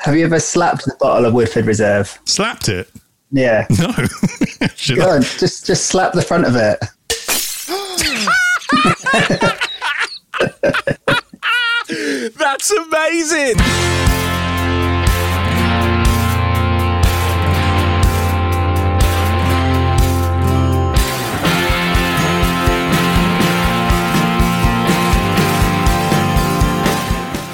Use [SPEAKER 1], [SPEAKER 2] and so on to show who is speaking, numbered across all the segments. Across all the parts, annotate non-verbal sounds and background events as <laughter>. [SPEAKER 1] Have you ever slapped the bottle of Woodford Reserve?
[SPEAKER 2] Slapped it? <laughs>
[SPEAKER 1] Yeah.
[SPEAKER 2] No. Should
[SPEAKER 1] Go
[SPEAKER 2] I?
[SPEAKER 1] on, just just slap the front of it.
[SPEAKER 2] That's amazing.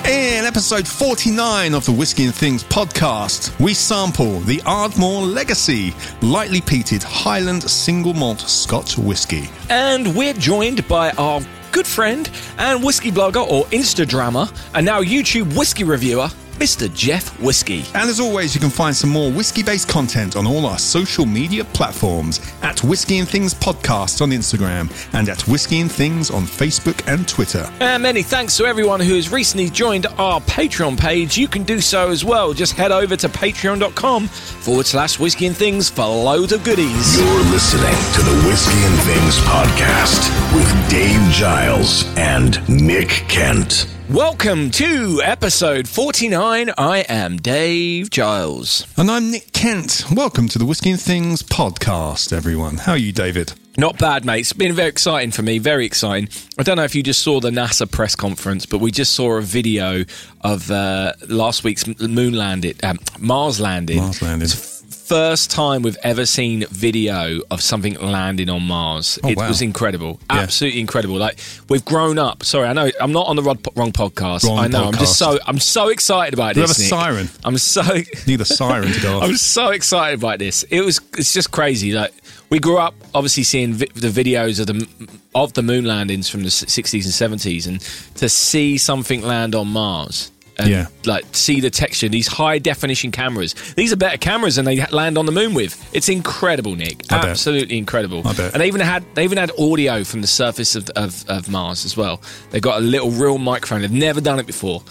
[SPEAKER 2] In episode 49 of the Whiskey and Things podcast, we sample the Ardmore Legacy lightly peated Highland single malt Scotch whiskey.
[SPEAKER 3] And we're joined by our good friend and whiskey blogger or Instagrammer and now YouTube whiskey reviewer, Mr. Jeff Whiskey.
[SPEAKER 2] And as always, you can find some more whiskey based content on all our social media platforms at Whiskey and Things Podcast on Instagram and at Whiskey and Things on Facebook and Twitter.
[SPEAKER 3] And Uh, many thanks to everyone who has recently joined our Patreon page. You can do so as well. Just head over to patreon.com forward slash whiskey and things for loads of goodies.
[SPEAKER 4] You're listening to the Whiskey and Things podcast with Dave Giles and Nick Kent.
[SPEAKER 3] Welcome to episode 49. I am Dave Giles.
[SPEAKER 2] And I'm Nick Kent. Welcome to the Whiskey and Things Podcast, everyone. How are you, David?
[SPEAKER 3] Not bad, mate. It's been very exciting for me. Very exciting. I don't know if you just saw the NASA press conference, but we just saw a video of uh, last week's m- moon landing, um, Mars landing.
[SPEAKER 2] Mars landing.
[SPEAKER 3] It's f- first time we've ever seen video of something landing on Mars.
[SPEAKER 2] Oh,
[SPEAKER 3] it
[SPEAKER 2] wow.
[SPEAKER 3] was incredible. Absolutely incredible. Like we've grown up. Sorry, I know I'm not on the rod- wrong podcast.
[SPEAKER 2] Wrong
[SPEAKER 3] I know. I'm just
[SPEAKER 2] podcast.
[SPEAKER 3] so I'm so excited about
[SPEAKER 2] Do you
[SPEAKER 3] this.
[SPEAKER 2] have a
[SPEAKER 3] Nick.
[SPEAKER 2] siren?
[SPEAKER 3] I'm so
[SPEAKER 2] Need a siren to go
[SPEAKER 3] <laughs>
[SPEAKER 2] off.
[SPEAKER 3] I was so excited about this. It was it's just crazy. Like we grew up obviously seeing vi- the videos of the of the moon landings from the s- 60s and 70s and to see something land on Mars. And
[SPEAKER 2] Yeah.
[SPEAKER 3] like see the texture. These high definition cameras. These are better cameras than they ha- land on the moon with. It's incredible, Nick.
[SPEAKER 2] I bet.
[SPEAKER 3] Absolutely incredible.
[SPEAKER 2] I bet.
[SPEAKER 3] And they even had they even had audio from the surface of, of, of Mars as well. They got a little real microphone. They've never done it before,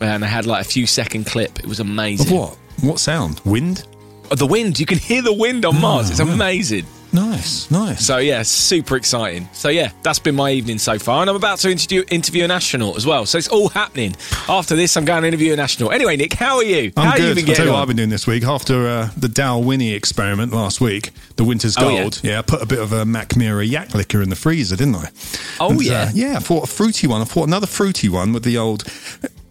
[SPEAKER 3] and they had like a few second clip. It was amazing.
[SPEAKER 2] Of what? What sound? Wind?
[SPEAKER 3] Oh, the wind. You can hear the wind on Mars.
[SPEAKER 2] Hmm.
[SPEAKER 3] It's amazing.
[SPEAKER 2] Nice, nice.
[SPEAKER 3] So yeah, super exciting. So yeah, that's been my evening so far, and I'm about to interview interview an astronaut as well. So it's all happening. After this, I'm going to interview an astronaut. Anyway, Nick, how are you?
[SPEAKER 2] I'm
[SPEAKER 3] how
[SPEAKER 2] good.
[SPEAKER 3] Are you been
[SPEAKER 2] I'll tell
[SPEAKER 3] getting
[SPEAKER 2] you what I've
[SPEAKER 3] on?
[SPEAKER 2] been doing this week. After uh, the Dalwhinnie experiment last week, the winter's
[SPEAKER 3] Oh, yeah.
[SPEAKER 2] gold. yeah. I put a bit of a Mac Mira yak liquor in the freezer, didn't I? uh,
[SPEAKER 3] Oh, yeah.
[SPEAKER 2] yeah, I bought a fruity one. I bought another fruity one with the old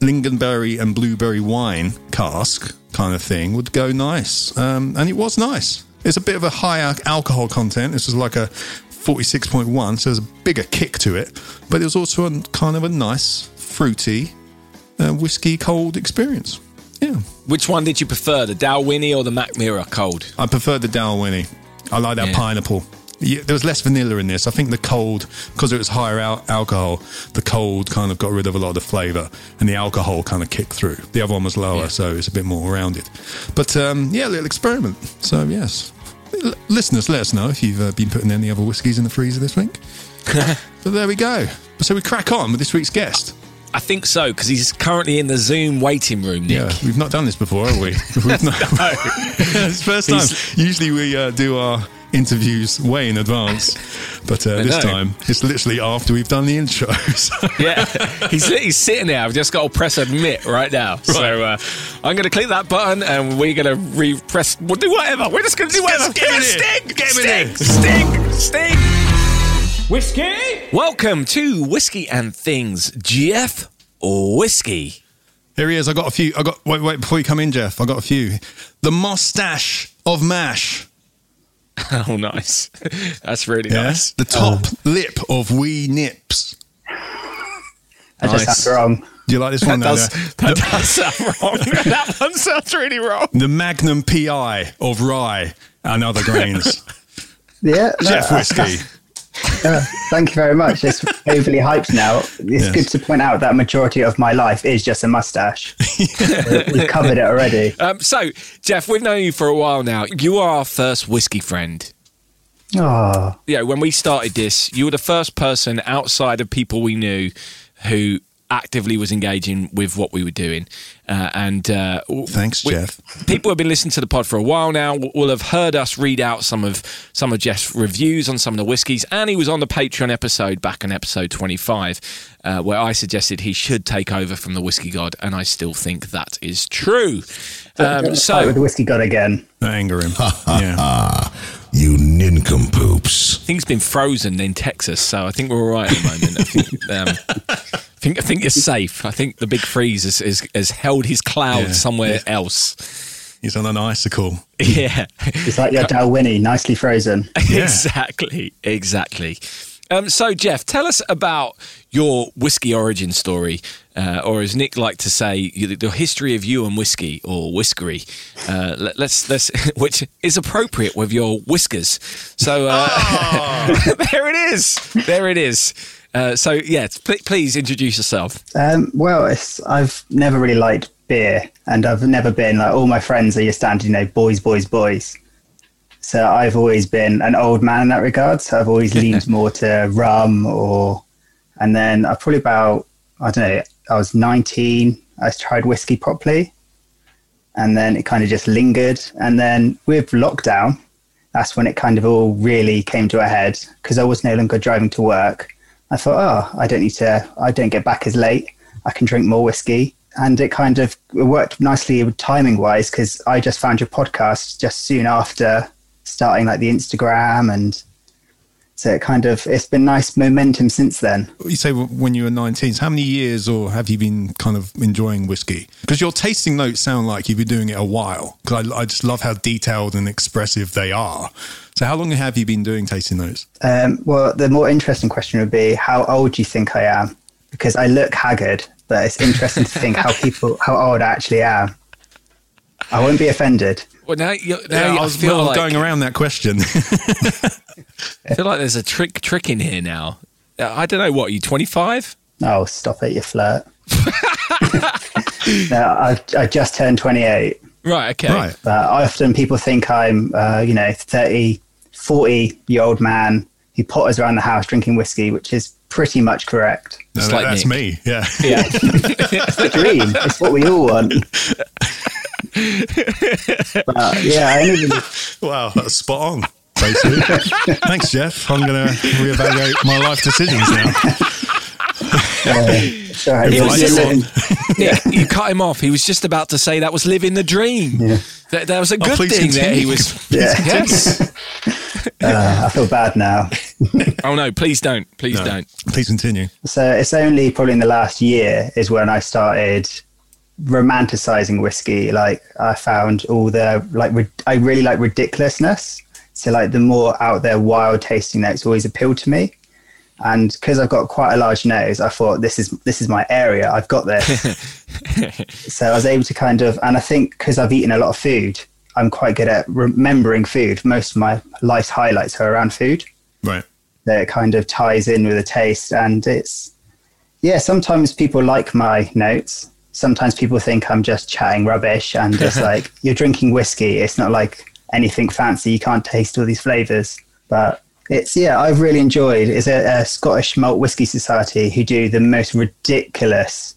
[SPEAKER 2] lingonberry and blueberry wine cask kind of thing. Would go nice, um, and it was nice. It's a bit of a higher alcohol content. This is like a 46.1, so there's a bigger kick to it, but it was also a kind of a nice fruity uh, whiskey cold experience. Yeah.
[SPEAKER 3] Which one did you prefer, the Dalwhinnie or the Mac Mirror Cold?
[SPEAKER 2] I prefer the Dalwhinnie. I like that
[SPEAKER 3] Yeah.
[SPEAKER 2] pineapple. Yeah, there was less vanilla in this. I think the cold, because it was higher al- alcohol, the cold kind of got rid of a lot of the flavour and the alcohol kind of kicked through. The other one was lower,
[SPEAKER 3] Yeah.
[SPEAKER 2] so it's a bit more rounded. But um, yeah, a little experiment. So, yes. L- listeners, let us know if you've uh, been putting any other whiskies in the freezer this
[SPEAKER 3] <laughs>
[SPEAKER 2] week. so, there we go. So, we crack on with this week's guest.
[SPEAKER 3] I think so because he's currently in the Zoom waiting room, Nick.
[SPEAKER 2] Yeah, we've not done this before, have we? <laughs> We've not. it's the first time. Usually we uh, do our interviews way in advance, but uh, this
[SPEAKER 3] know.
[SPEAKER 2] time it's literally after we've done the intro. <laughs> so-
[SPEAKER 3] Yeah, <laughs> he's, he's sitting there. I've just got to press admit right now. So uh, I'm going to click that button and we're going to re press. We'll do whatever. We're just going to do whatever.
[SPEAKER 2] get him in
[SPEAKER 3] sting,
[SPEAKER 2] here. Get him in
[SPEAKER 3] sting, sting, sting. Whiskey. Welcome to Whiskey and Things, Jeff Whiskey.
[SPEAKER 2] Here he is. I got a few. I got wait, wait before you come in, Jeff. I got a few. The mustache of Mash.
[SPEAKER 3] Oh,
[SPEAKER 2] <laughs>
[SPEAKER 3] nice. That's really
[SPEAKER 2] Yes.
[SPEAKER 3] nice.
[SPEAKER 2] The top lip of Wee Nips.
[SPEAKER 1] I just
[SPEAKER 3] Nice.
[SPEAKER 1] had it wrong.
[SPEAKER 2] Do you like this
[SPEAKER 3] That
[SPEAKER 2] one? though,
[SPEAKER 3] does,
[SPEAKER 2] Jeff?
[SPEAKER 3] <laughs> that does sound wrong. <laughs> that one sounds really wrong.
[SPEAKER 2] The Magnum PI of rye and other grains.
[SPEAKER 1] Yeah. no,
[SPEAKER 2] <laughs> Jeff
[SPEAKER 1] I-
[SPEAKER 2] whiskey.
[SPEAKER 1] yeah, thank you very much. It's overly hyped now. It's
[SPEAKER 2] Yes.
[SPEAKER 1] good to point out that majority of my life is just a mustache. We've covered it already.
[SPEAKER 3] Um, so, Jeff, we've known you for a while now. You are our first whiskey friend.
[SPEAKER 1] Oh,
[SPEAKER 3] you know, when we started this, you were the first person outside of people we knew who actively was engaging with what we were doing. Uh, and uh, w-
[SPEAKER 2] <laughs> Thanks,
[SPEAKER 3] we-
[SPEAKER 2] Jeff.
[SPEAKER 3] <laughs> People have been listening to the pod for a while now. w- Will have heard us read out some of some of Jeff's reviews on some of the whiskies, and he was on the Patreon episode back in episode twenty-five, uh, where I suggested he should take over from the whiskey god, and I still think that is true.
[SPEAKER 1] Fight
[SPEAKER 3] Um,
[SPEAKER 1] with
[SPEAKER 3] so
[SPEAKER 1] the whiskey god again.
[SPEAKER 2] Anger <laughs> him. yeah.
[SPEAKER 4] You nincompoops.
[SPEAKER 3] things been frozen in Texas, so I think we're all right at the moment. I think, um, I think I think you're safe. I think the big freeze has has, has held his cloud
[SPEAKER 2] Yeah,
[SPEAKER 3] somewhere else. <laughs>
[SPEAKER 2] He's on an icicle.
[SPEAKER 3] Yeah,
[SPEAKER 1] It's like your Dalwhinnie, nicely frozen.
[SPEAKER 3] <laughs>
[SPEAKER 2] Yeah.
[SPEAKER 3] exactly, exactly. Um, so, Jeff, tell us about your whiskey origin story, uh, or as Nick liked to say, the the history of you and whiskey, or whiskery. Uh, let, let's let's, <laughs> which is appropriate with your whiskers. So uh,
[SPEAKER 2] Oh.
[SPEAKER 3] <laughs> there it is. There it is. Uh, so yeah, pl- please introduce yourself.
[SPEAKER 1] Um, well, it's, I've never really liked beer, and I've never been like all my friends are your standard, you know, boys, boys, boys. So I've always been an old man in that regard. So I've always leaned more to rum or, and then I probably about I don't know. I was 19. I tried whiskey properly, and then it kind of just lingered. And then with lockdown, that's when it kind of all really came to a head because I was no longer driving to work. I thought, oh, I don't need to, I don't get back as late. I can drink more whiskey. And it kind of worked nicely timing wise because I just found your podcast just soon after starting like the Instagram. And so it kind of, it's been nice momentum since then.
[SPEAKER 2] You say when you were 19, so how many years or have you been kind of enjoying whiskey? Because your tasting notes sound like you've been doing it a while. 'Cause I, I just love how detailed and expressive they are. So how long have you been doing tasting notes?
[SPEAKER 1] Um, well, the more interesting question would be how old do you think I am? Because I look haggard, but it's interesting to think how people, how old I actually am. I won't be offended.
[SPEAKER 3] Well, now, you're,
[SPEAKER 2] Yeah,
[SPEAKER 3] now
[SPEAKER 2] I
[SPEAKER 3] I,
[SPEAKER 2] was
[SPEAKER 3] feel
[SPEAKER 2] well,
[SPEAKER 3] like,
[SPEAKER 2] going around that question.
[SPEAKER 3] I feel like there's a trick trick in here now. Uh, I don't know what you 25.
[SPEAKER 1] Oh, stop it, you flirt. <laughs> no, I, I just turned 28,
[SPEAKER 3] Right.
[SPEAKER 2] <laughs>
[SPEAKER 3] Okay.
[SPEAKER 2] right.
[SPEAKER 1] but often people think I'm, uh, you know, 30, 40 year old man who potters around the house drinking whiskey, which is pretty much correct.
[SPEAKER 2] No,
[SPEAKER 3] It's
[SPEAKER 2] that-
[SPEAKER 3] like
[SPEAKER 2] that's me. Yeah. <laughs>
[SPEAKER 1] Yeah. <laughs> it's the dream. It's what we all want. but yeah, I only really
[SPEAKER 2] wow, that's spot on.
[SPEAKER 3] <laughs>
[SPEAKER 2] Basically. Thanks, Jeff. I'm going to reevaluate my life decisions now.
[SPEAKER 1] Yeah. Sorry,
[SPEAKER 3] He
[SPEAKER 1] you're-
[SPEAKER 3] was
[SPEAKER 1] you're
[SPEAKER 3] just-
[SPEAKER 1] living-
[SPEAKER 3] Yeah, you cut him off. He was just about to say that was living the dream.
[SPEAKER 1] Yeah.
[SPEAKER 3] That, that was a good
[SPEAKER 2] Oh, please
[SPEAKER 3] thing that
[SPEAKER 2] continue.
[SPEAKER 3] he was.
[SPEAKER 1] <laughs> Yeah.
[SPEAKER 3] Yes.
[SPEAKER 1] uh, I feel bad now.
[SPEAKER 3] <laughs> oh no! Please don't. Please
[SPEAKER 2] No,
[SPEAKER 3] don't.
[SPEAKER 2] Please continue.
[SPEAKER 1] So it's only probably in the last year is when I started romanticizing whiskey. Like I found all the like rid- I really like ridiculousness. So like the more out there wild tasting notes always appealed to me. And because I've got quite a large nose, I thought this is this is my area. I've got this. so I was able to kind of, and I think because I've eaten a lot of food, I'm quite good at remembering food. Most of my life's highlights are around food
[SPEAKER 2] Right.
[SPEAKER 1] that it kind of ties in with the taste and it's yeah sometimes people like my notes sometimes people think i'm just chatting rubbish and it's like you're drinking whiskey it's not like anything fancy you can't taste all these flavors but it's yeah i've really enjoyed it's a, a scottish malt whiskey society who do the most ridiculous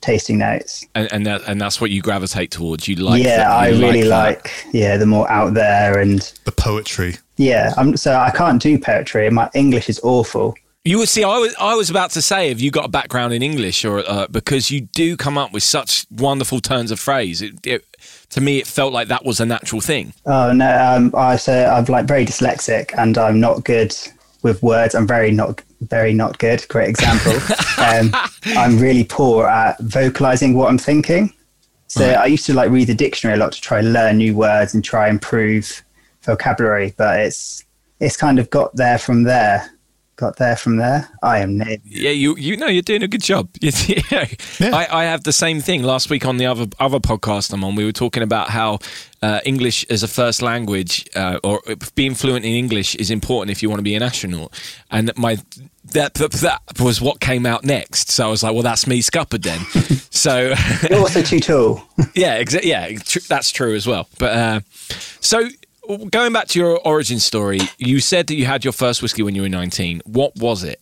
[SPEAKER 1] tasting notes
[SPEAKER 3] And and, that, and that's what you gravitate towards. You like.
[SPEAKER 1] yeah
[SPEAKER 3] that. You
[SPEAKER 1] i really
[SPEAKER 3] that.
[SPEAKER 1] like yeah the more out there and
[SPEAKER 2] The poetry.
[SPEAKER 1] yeah i'm so i can't do poetry my english is awful
[SPEAKER 3] You would see. I was I was about to say, have you got a background in English, or uh, because you do come up with such wonderful turns of phrase. It, it, to me, it felt like that was a natural thing.
[SPEAKER 1] Oh no, um, I so I'm like very dyslexic and I'm not good with words. I'm very not very not good. Great example. um, I'm really poor at vocalizing what I'm thinking. So I used to like read the dictionary a lot to try and learn new words and try and improve vocabulary, but it's it's kind of got there from there. Got there from there. I am near
[SPEAKER 3] Yeah, you you know you're doing a good job. <laughs> You- yeah.
[SPEAKER 2] Yeah.
[SPEAKER 3] I, I have the same thing. Last week on the other other podcast I'm on, we were talking about how uh, English as a first language uh, or being fluent in English is important if you want to be an astronaut. And my that, that that was what came out next. So I was like, well, that's me scuppered then. so <laughs>
[SPEAKER 1] You're also too tall.
[SPEAKER 3] yeah, exa- yeah, tr- that's true as well. But uh, so w- going back to your origin story, you said that you had your first whiskey when you were 19. What was it?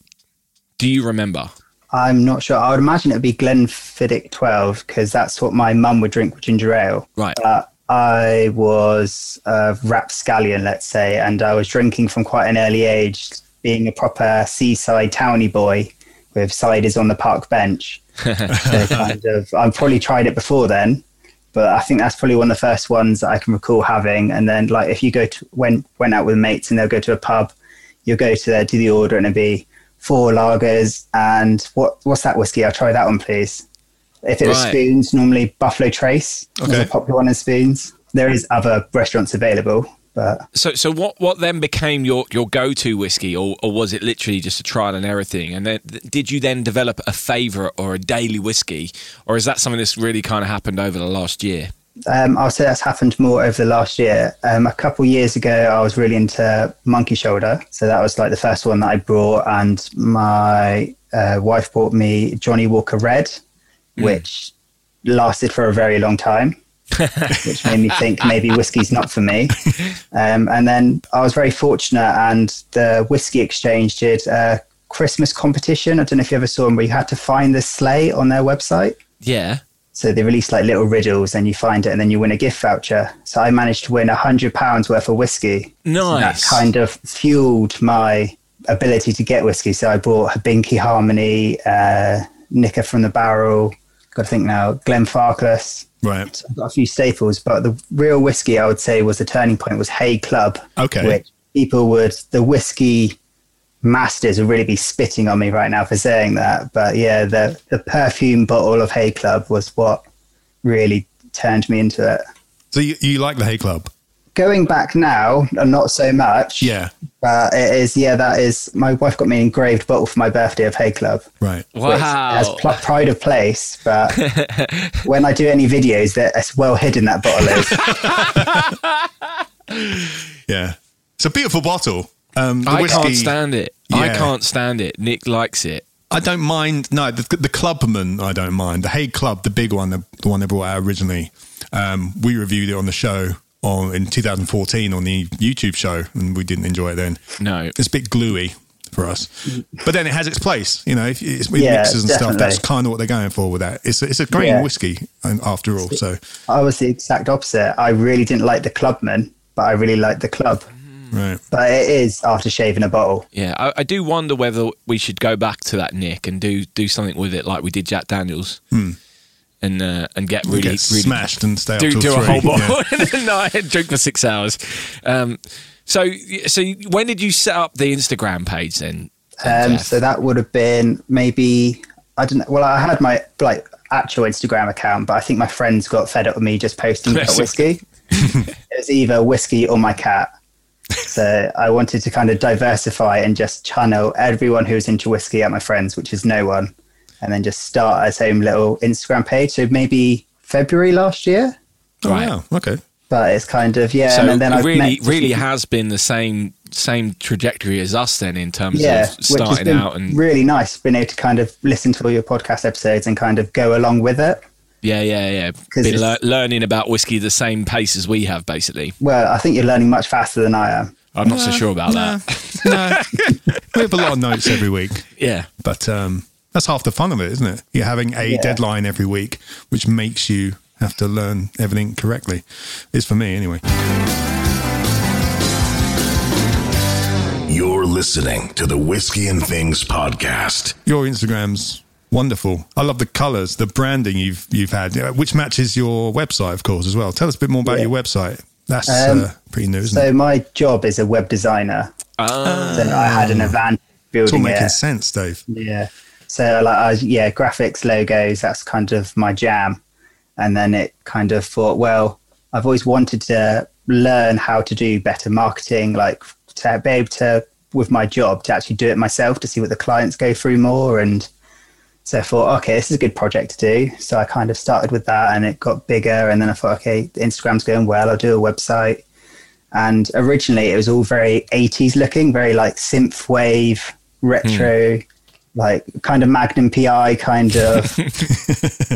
[SPEAKER 3] Do you remember?
[SPEAKER 1] I'm not sure. I would imagine it would be Glenfiddich 12 because that's what my mum would drink with ginger ale.
[SPEAKER 3] Right.
[SPEAKER 1] But I was a rapscallion, let's say, and I was drinking from quite an early age, being a proper seaside towny boy with ciders on the park bench. so kind of, I've probably tried it before then, but I think that's probably one of the first ones that I can recall having. And then, like, if you go to when went out with mates and they'll go to a pub, you'll go to there, do the order, and it'll be four lagers and what what's that whiskey? I'll try that one, please. If it was
[SPEAKER 3] Right.
[SPEAKER 1] spoons, normally Buffalo Trace was
[SPEAKER 2] Okay.
[SPEAKER 1] a popular one in spoons. There is other restaurants available, but
[SPEAKER 3] So, so what, what then became your, your go to whiskey, or, or was it literally just a trial and error thing? And then th- did you then develop a favourite or a daily whiskey, or is that something that's really kind of happened over the last year?
[SPEAKER 1] um, I'll say that's happened more over the last year. Um, a couple years ago, I was really into Monkey Shoulder, so that was like the first one that I brought, and my uh, wife bought me Johnny Walker Red, which lasted for a very long time, which made me think maybe whiskey's not for me. Um, and then I was very fortunate, and the Whiskey Exchange did a Christmas competition. I don't know if you ever saw them, where you had to find the sleigh on their website.
[SPEAKER 3] Yeah.
[SPEAKER 1] So they release like little riddles, and you find it, and then you win a gift voucher. So I managed to win a hundred pounds worth of whiskey. So that
[SPEAKER 3] Nice.
[SPEAKER 1] kind of fueled my ability to get whiskey. So I bought Habinky Harmony, uh, Nicker from the Barrel. Got to think now, Glenfarclas.
[SPEAKER 2] Right.
[SPEAKER 1] I've got a few staples, but the real whiskey I would say was the turning point was Hay Club.
[SPEAKER 2] Okay.
[SPEAKER 1] Which people would the whiskey masters would really be spitting on me right now for saying that. But yeah, the the perfume bottle of Hay Club was what really turned me into it.
[SPEAKER 2] So you, you like the Hay Club?
[SPEAKER 1] Going back now, not so much.
[SPEAKER 2] Yeah.
[SPEAKER 1] But it is yeah, that is my wife got me an engraved bottle for my birthday of Hay Club
[SPEAKER 2] Right.
[SPEAKER 1] which has
[SPEAKER 3] Wow.
[SPEAKER 1] pl- pride of place, but when I do any videos, that it's well hidden that bottle is.
[SPEAKER 2] Yeah. It's a beautiful bottle. Um, the
[SPEAKER 3] I
[SPEAKER 2] whiskey,
[SPEAKER 3] can't stand it. I
[SPEAKER 2] Yeah.
[SPEAKER 3] can't stand it. Nick likes it.
[SPEAKER 2] I don't mind. No, the, the Clubman, I don't mind. The Hay Club, the big one, the, the one they brought out originally. Um, we reviewed it on the show on in 2014 on the YouTube show, and we didn't enjoy it then.
[SPEAKER 3] No.
[SPEAKER 2] It's a bit gluey for us, but then it has its place. You know, if it's with
[SPEAKER 1] Yeah,
[SPEAKER 2] mixes and stuff.
[SPEAKER 1] definitely.
[SPEAKER 2] That's kind of what they're going for with that. It's a, it's a grain
[SPEAKER 1] Yeah.
[SPEAKER 2] whiskey, and after all, so
[SPEAKER 1] I was the exact opposite. I really didn't like the clubman, but I really liked the club.
[SPEAKER 2] right.
[SPEAKER 1] But it is after shaving a bottle.
[SPEAKER 3] Yeah, I, I do wonder whether we should go back to that Nick and do do something with it like we did Jack Daniels,
[SPEAKER 2] Hmm.
[SPEAKER 3] and uh, and get really
[SPEAKER 2] Get
[SPEAKER 3] really
[SPEAKER 2] smashed and stay up
[SPEAKER 3] do
[SPEAKER 2] till
[SPEAKER 3] do
[SPEAKER 2] three.
[SPEAKER 3] a whole
[SPEAKER 2] Yeah.
[SPEAKER 3] bottle <laughs> and then I drink for six hours. Um, so so when did you set up the Instagram page then? then,
[SPEAKER 1] Um,
[SPEAKER 3] Jeff?
[SPEAKER 1] so that would have been maybe I don't know. Well, I had my like actual Instagram account, but I think my friends got fed up with me just posting about
[SPEAKER 3] Yes.
[SPEAKER 1] whiskey.
[SPEAKER 3] <laughs>
[SPEAKER 1] it was either whiskey or my cat. So I wanted to kind of diversify and just channel everyone who's into whiskey at my friends, which is no one, and then just start a home little Instagram page. So maybe February last year.
[SPEAKER 2] Oh,
[SPEAKER 3] Right.
[SPEAKER 2] wow. Okay.
[SPEAKER 1] but it's kind of yeah.
[SPEAKER 3] so
[SPEAKER 1] Um, and then
[SPEAKER 3] it
[SPEAKER 1] I've
[SPEAKER 3] really
[SPEAKER 1] met-
[SPEAKER 3] really has been the same same trajectory as us then in terms
[SPEAKER 1] yeah,
[SPEAKER 3] of
[SPEAKER 1] which has
[SPEAKER 3] starting
[SPEAKER 1] been
[SPEAKER 3] out and
[SPEAKER 1] really nice being able to kind of listen to all your podcast episodes and kind of go along with it.
[SPEAKER 3] yeah yeah yeah
[SPEAKER 1] 'Cause
[SPEAKER 3] been
[SPEAKER 1] it's-
[SPEAKER 3] lear- learning about whiskey the same pace as we have basically.
[SPEAKER 1] Well, I think you're learning much faster than I am.
[SPEAKER 3] I'm not so sure about
[SPEAKER 2] Nah,
[SPEAKER 3] that.
[SPEAKER 2] nah. we have a lot of notes every week.
[SPEAKER 3] <laughs> Yeah.
[SPEAKER 2] But um, that's half the fun of it, isn't it? You're having a
[SPEAKER 1] Yeah.
[SPEAKER 2] deadline every week, which makes you have to learn everything correctly. Is for me anyway.
[SPEAKER 4] You're listening to the Whiskey and Things podcast.
[SPEAKER 2] Your Instagram's wonderful. I love the colours, the branding you've you've had, uh, which matches your website, of course, as well. Tell us a bit more about
[SPEAKER 1] Yeah.
[SPEAKER 2] your website. That's
[SPEAKER 1] Um,
[SPEAKER 2] uh, pretty new, isn't
[SPEAKER 1] So
[SPEAKER 2] it?
[SPEAKER 3] Hmm.
[SPEAKER 1] my job is a web designer.
[SPEAKER 3] Ah.
[SPEAKER 1] so I had an advantage
[SPEAKER 2] It's all
[SPEAKER 1] building
[SPEAKER 2] making
[SPEAKER 1] it.
[SPEAKER 2] sense, Dave.
[SPEAKER 1] Yeah. So like I, yeah, graphics, logos, that's kind of my jam. And then it kind of thought, well, I've always wanted to learn how to do better marketing, like to be able to with my job to actually do it myself to see what the clients go through more and so I thought, okay, this is a good project to do. So I kind of started with that and it got bigger and then I thought, okay, Instagram's going well, I'll do a website. And originally it was all very 80s looking, very like synth wave, retro, like kind of Magnum PI kind of,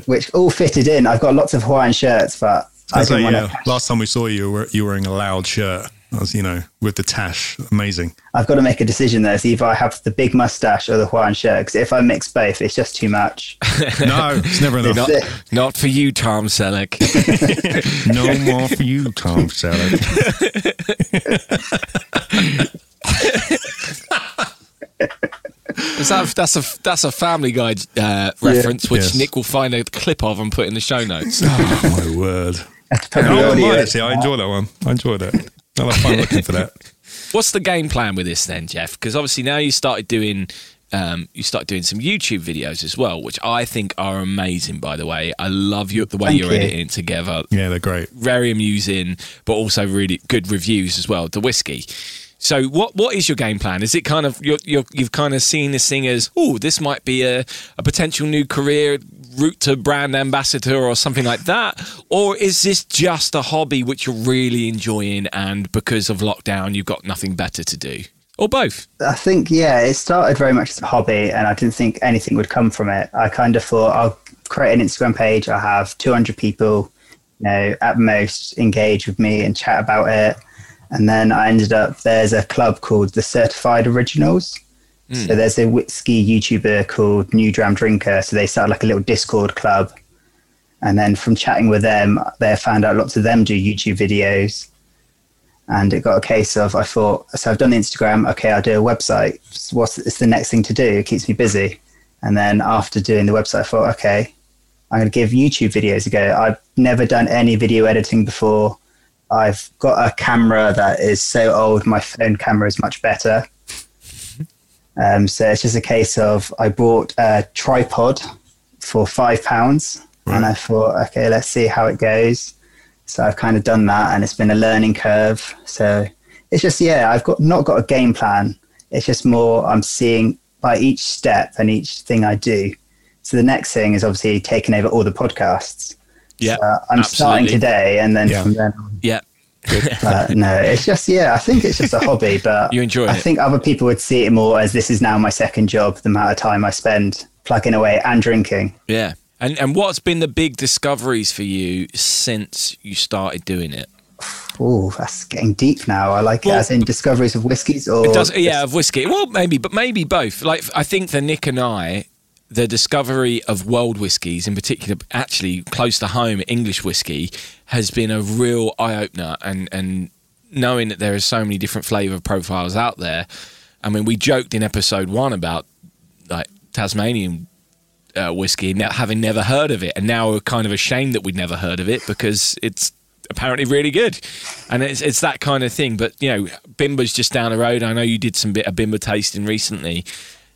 [SPEAKER 1] which all fitted in. I've got lots of Hawaiian shirts, but I
[SPEAKER 2] That's
[SPEAKER 1] didn't
[SPEAKER 2] like,
[SPEAKER 1] want
[SPEAKER 2] yeah,
[SPEAKER 1] to.
[SPEAKER 2] last time we saw you, you were, you were wearing a loud shirt. That was, you know, with the tash, amazing.
[SPEAKER 1] I've got to make a decision though. It's either I have the big mustache or the Hawaiian shirt. Because if I mix both, it's just too much.
[SPEAKER 2] No,
[SPEAKER 1] <laughs>
[SPEAKER 2] it's never enough.
[SPEAKER 3] Not, not for you, Tom Selleck.
[SPEAKER 2] No more for you,
[SPEAKER 1] <laughs>
[SPEAKER 2] Tom Selleck.
[SPEAKER 3] Is that, that's a that's a Family Guy uh, reference, which
[SPEAKER 2] Yes.
[SPEAKER 3] Nick will find a clip of and put in the
[SPEAKER 1] <laughs>
[SPEAKER 3] show notes.
[SPEAKER 2] Oh, my word.
[SPEAKER 1] That's
[SPEAKER 2] I
[SPEAKER 1] probably
[SPEAKER 2] don't
[SPEAKER 1] audio.
[SPEAKER 2] mind, Oh, actually. I enjoy that one. I enjoy that. I'll have fun looking for that.
[SPEAKER 3] What's the game plan with this then, Jeff? Because obviously now you started doing um, you started doing some YouTube videos as well, which I think are amazing. By the way, I love you the way
[SPEAKER 1] Thank
[SPEAKER 3] you're
[SPEAKER 1] you.
[SPEAKER 3] editing it together.
[SPEAKER 2] Yeah, they're great.
[SPEAKER 3] Very amusing, but also really good reviews as well. The whiskey. So what what is your game plan? Is it kind of you're, you're, you've kind of seen this thing as oh this might be a, a potential new career route to brand ambassador or something like that, or is this just a hobby which you're really enjoying and because of lockdown you've got nothing better to do, or both?
[SPEAKER 1] I think yeah, it started very much as a hobby, and I didn't think anything would come from it. I kind of thought I'll create an Instagram page. I'll have 200 people, you know, at most engage with me and chat about it. And then I ended up there's a club called the Certified Originals. So there's a whiskey YouTuber called New Dram Drinker. So they started like a little Discord club. And then from chatting with them, they found out lots of them do YouTube videos and it got a case of I thought so I've done Instagram okay I'll do a website So what's it's the next thing to do it keeps me busy and then after doing the website I thought okay I'm going to give YouTube videos a go I've never done any video editing before I've got a camera that is so old my phone camera is much better um, so it's just a case of I bought a tripod for five pounds and I thought okay let's see how it goes so I've kind of done that, and it's been a learning curve. So it's just yeah, I've got not got a game plan. It's just more I'm seeing by each step and each thing I do. So the next thing is obviously taking over all the podcasts.
[SPEAKER 3] Yeah,
[SPEAKER 1] Uh, I'm starting today, and then
[SPEAKER 2] Yeah.
[SPEAKER 1] from then. on.
[SPEAKER 3] Yeah,
[SPEAKER 1] But no, it's just yeah. I think it's just a
[SPEAKER 3] <laughs>
[SPEAKER 1] hobby, but
[SPEAKER 3] You enjoy
[SPEAKER 1] I
[SPEAKER 3] it.
[SPEAKER 1] think other people would see it more as this is now my second job. The amount of time I spend plugging away and drinking.
[SPEAKER 3] yeah. And and what's been the big discoveries for you since you started doing it?
[SPEAKER 1] Oh, that's getting deep now. I like it
[SPEAKER 3] Well,
[SPEAKER 1] as in discoveries of whiskies or
[SPEAKER 3] It does, yeah, of whiskey. Well, maybe, but maybe both. Like, I think the Nick and I, the discovery of world whiskies, in particular, actually close to home, English whiskey, has been a real eye opener. And and knowing that there are so many different flavour profiles out there, I mean, we joked in episode one about like Tasmanian uh, whiskey, now having never heard of it, and now we're kind of ashamed that we'd never heard of it because it's apparently really good, and it's it's that kind of thing. But you know, Bimba's just down the road. I know you did some bit of Bimba tasting recently.